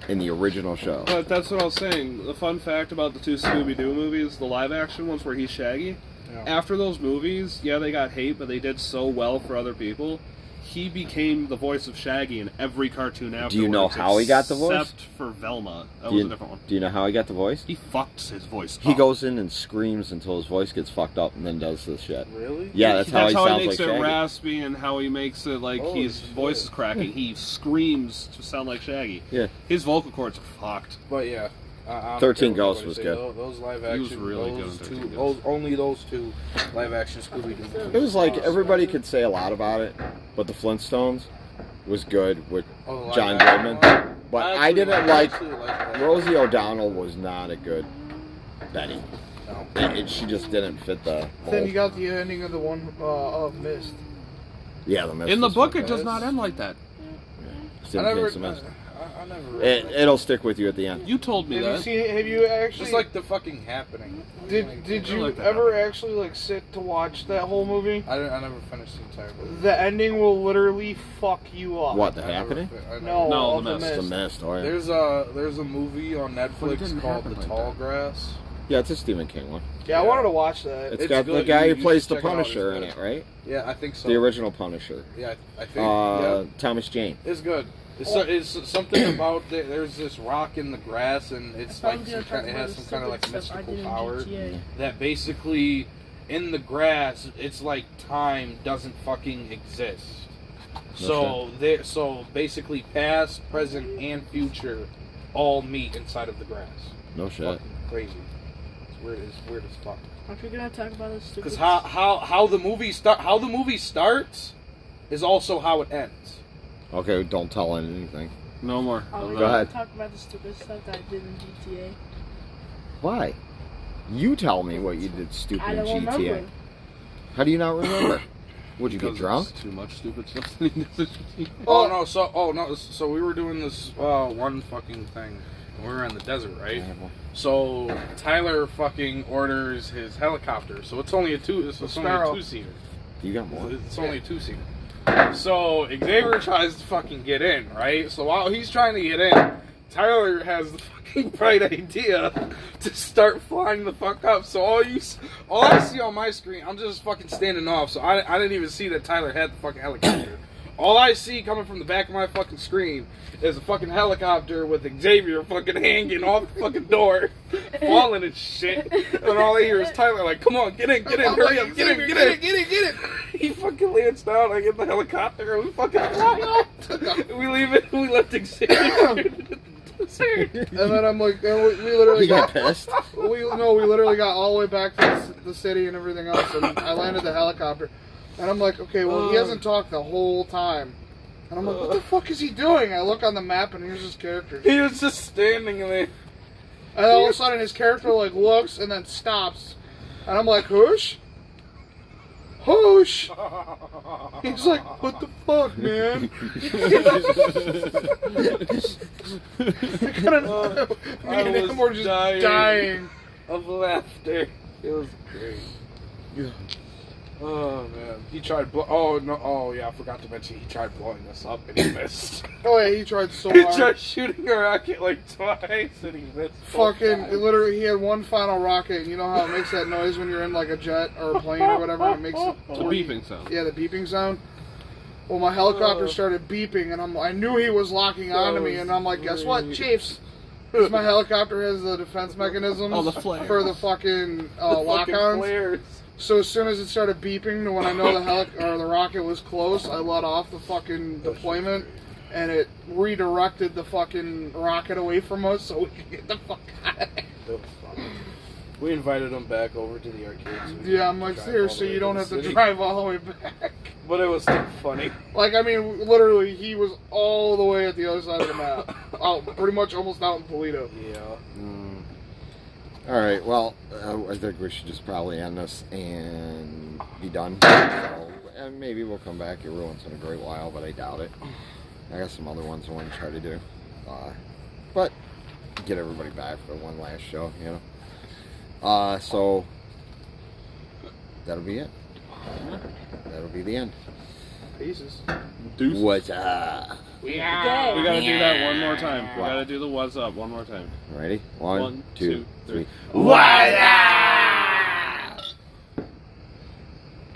Speaker 2: in the original show.
Speaker 1: But that's what I was saying. The fun fact about the two Scooby-Doo movies, the live-action ones where he's Shaggy, after those movies, yeah, they got hate, but they did so well for other people. He became the voice of Shaggy in every cartoon afterwards.
Speaker 2: you know how he got the voice?
Speaker 1: Except for Velma. That
Speaker 2: Do
Speaker 1: was
Speaker 2: you,
Speaker 1: a different one.
Speaker 2: do you know how he got the voice?
Speaker 1: He fucked his voice
Speaker 2: He
Speaker 1: up.
Speaker 2: goes in and screams until his voice gets fucked up and then does this shit.
Speaker 3: Really?
Speaker 2: Yeah, that's how he sounds
Speaker 1: makes
Speaker 2: like
Speaker 1: it
Speaker 2: Shaggy.
Speaker 1: raspy and how he makes it like
Speaker 3: Holy
Speaker 1: his
Speaker 3: shit.
Speaker 1: voice is cracking. He screams to sound like Shaggy.
Speaker 2: Yeah.
Speaker 1: His vocal cords are fucked.
Speaker 3: But yeah. I- I don't
Speaker 2: 13
Speaker 3: care what
Speaker 2: Ghosts
Speaker 3: anybody
Speaker 2: was
Speaker 3: say,
Speaker 2: good.
Speaker 3: tho- Those live
Speaker 1: He
Speaker 3: action,
Speaker 1: was really good
Speaker 3: those
Speaker 1: in
Speaker 3: two,
Speaker 1: 13 Ghosts.
Speaker 3: those, only those two live action Scooby Doo.
Speaker 2: It was like everybody could say a lot about it, but the Flintstones was good with
Speaker 3: Oh,
Speaker 2: John Goodman. But I didn't like
Speaker 3: like that.
Speaker 2: Rosie O'Donnell was not a good Betty.
Speaker 6: No.
Speaker 2: It, it- she just didn't fit the.
Speaker 3: Oh.
Speaker 6: Then
Speaker 2: mold.
Speaker 6: you got the ending of the one uh, of Mist.
Speaker 2: yeah, the mist
Speaker 1: In the
Speaker 2: is
Speaker 1: book,
Speaker 2: what
Speaker 1: it does not
Speaker 2: is.
Speaker 1: end like that.
Speaker 2: Still
Speaker 3: I never-
Speaker 2: takes a mist.
Speaker 3: I, I never read
Speaker 2: It, it'll stick with you at the end.
Speaker 1: You told me
Speaker 6: Have you
Speaker 1: that.
Speaker 6: seen? Have you
Speaker 3: It's
Speaker 6: actually?
Speaker 3: just like the fucking happening.
Speaker 6: did did you
Speaker 1: like that.
Speaker 6: ever actually like sit to watch that whole movie?
Speaker 3: I, don't- I never finished the entire book.
Speaker 6: The ending will literally fuck you up.
Speaker 2: What the
Speaker 3: I never
Speaker 2: happening?
Speaker 3: fin- I never-
Speaker 6: No,
Speaker 1: No,
Speaker 6: of
Speaker 1: the
Speaker 6: the
Speaker 1: Mist.
Speaker 2: It's
Speaker 6: Mist.
Speaker 2: the mist. Oh, yeah.
Speaker 3: There's a there's a movie on
Speaker 8: But it
Speaker 3: Netflix
Speaker 8: didn't
Speaker 3: called
Speaker 8: happen
Speaker 3: The
Speaker 8: like
Speaker 3: Tall
Speaker 8: that.
Speaker 3: Grass.
Speaker 2: Yeah, it's a Stephen King one.
Speaker 6: Yeah, I
Speaker 3: Yeah.
Speaker 6: wanted to watch that.
Speaker 2: it's
Speaker 3: It's
Speaker 2: got the
Speaker 3: good.
Speaker 2: guy
Speaker 3: You-
Speaker 2: who
Speaker 3: you
Speaker 2: plays
Speaker 3: should
Speaker 2: the
Speaker 3: check it out.
Speaker 2: Punisher
Speaker 3: It's
Speaker 2: in
Speaker 3: good.
Speaker 2: it, right?
Speaker 3: Yeah, I think so.
Speaker 2: The original Punisher.
Speaker 3: Yeah, I, I think.
Speaker 2: Uh, Thomas Jane.
Speaker 3: yeah, it's good. It's, so, it's something about the, there's this rock in the grass and it's
Speaker 4: Probably
Speaker 3: like
Speaker 4: gonna
Speaker 3: some
Speaker 4: talk
Speaker 3: kind, it
Speaker 4: about
Speaker 3: has
Speaker 4: the
Speaker 3: some kind of like
Speaker 4: stupid stuff I
Speaker 3: mystical
Speaker 4: did in
Speaker 3: power
Speaker 4: GTA.
Speaker 3: that basically in the grass it's like time doesn't fucking exist. So there, so basically past, present, and future all meet inside of the grass.
Speaker 2: No shit.
Speaker 3: Fucking crazy. It's weird. It's weird as fuck.
Speaker 4: Aren't we Hmm. gonna talk about this stupid?
Speaker 3: Because how how how the movie start how the movie starts is also how it ends.
Speaker 2: Okay, don't tell him anything.
Speaker 1: No more.
Speaker 4: Are we
Speaker 2: Go
Speaker 4: gonna
Speaker 2: ahead.
Speaker 4: talk about the stupid stuff that I did in GTA?
Speaker 2: Why? You tell me what you did stupid
Speaker 4: I
Speaker 2: in
Speaker 4: don't
Speaker 2: GTA.
Speaker 4: remember.
Speaker 2: How do you not remember? Would you get
Speaker 1: Because
Speaker 2: drunk?
Speaker 1: it's Too much stupid stuff. that he does.
Speaker 3: Oh, no, so oh no, so we were doing this uh, one fucking thing. We were in the desert, right? So Tyler fucking orders his helicopter. So it's only a two. It's, it's only a
Speaker 6: Sparrow.
Speaker 3: two seater.
Speaker 2: You got more?
Speaker 3: It's only a two seater. So Xavier tries to fucking get in, right? So while he's trying to get in, Tyler has the fucking bright idea to start flying the fuck up. So all you, s- all I see on my screen, I'm just fucking standing off. So I, I didn't even see that Tyler had the fucking helicopter. All I see coming from the back of my fucking screen is a fucking helicopter with Xavier fucking hanging off the fucking door, falling and shit. And all I hear is Tyler like, "Come on, get in, get in, hurry up, get in, get in, get in, get in." He fucking lands down. I get in the helicopter and we fucking fly off. We leave it. We left Xavier.
Speaker 6: And then I'm like, and we, we literally
Speaker 2: You got
Speaker 6: got
Speaker 2: pissed?
Speaker 6: we no, we literally got all the way back to the c- the city and everything else, and I landed the helicopter, and I'm like, okay, well he
Speaker 3: Uh.
Speaker 6: hasn't talked the whole time, and I'm like, what the fuck is he doing? I look on the map and here's his character,
Speaker 3: He was just standing there.
Speaker 6: and all of a sudden his character like looks and then stops, and I'm like, whoosh, whoosh. He's like, what the fuck, man? I don't know. Me
Speaker 3: I
Speaker 6: and
Speaker 3: was
Speaker 6: him were just
Speaker 3: dying.
Speaker 6: dying.
Speaker 3: of laughter. It was great. Oh man, he tried. Bl- oh no! Oh yeah, I forgot to mention he tried blowing us up and he missed.
Speaker 6: Oh yeah, he tried so
Speaker 3: he
Speaker 6: hard.
Speaker 3: tried shooting a rocket like twice and he missed. both
Speaker 6: Fucking
Speaker 3: times.
Speaker 6: literally, he had one final rocket. and You know how it makes that noise when you're in like a jet or a plane or whatever. It makes
Speaker 1: the
Speaker 6: it,
Speaker 1: beeping sound.
Speaker 6: yeah, the beeping sound. Well, my helicopter started beeping, and I'm I knew he was locking onto me, and I'm like, guess what, Chiefs? 'Cause my helicopter has the defense mechanisms
Speaker 1: Oh, the flares.
Speaker 6: for the fucking uh,
Speaker 3: The
Speaker 6: lock
Speaker 3: fucking
Speaker 6: ons.
Speaker 3: flares.
Speaker 6: So as soon as it started beeping, to when I know the heli- or the rocket was close, I let off the fucking deployment, and it redirected the fucking rocket away from us, so we could get the fuck out. of there.
Speaker 3: That was fun. We invited him back over to the arcade. so we could
Speaker 6: Yeah, I'm like,
Speaker 3: drive all the
Speaker 6: seriously,
Speaker 3: way
Speaker 6: you don't
Speaker 3: the
Speaker 6: have to
Speaker 3: city.
Speaker 6: drive all the way back.
Speaker 3: But it was still funny.
Speaker 6: Like, I mean, literally, he was all the way at the other side of the map. Oh, pretty much almost out in Polito.
Speaker 3: Yeah.
Speaker 2: Mm. All right. Well, uh, I think we should just probably end this and be done. So, uh, maybe we'll come back every once in a great while, but I doubt it. I got some other ones I want to try to do, uh, but get everybody back for one last show, you know. Uh, so that'll be it. That'll be the end.
Speaker 6: Pieces.
Speaker 1: Deuce.
Speaker 2: What's up?
Speaker 4: We are.
Speaker 1: We gotta do that one more time. We gotta do the what's up one more time.
Speaker 2: Ready? One,
Speaker 1: One,
Speaker 2: two,
Speaker 1: two,
Speaker 2: three.
Speaker 1: three.
Speaker 2: What up?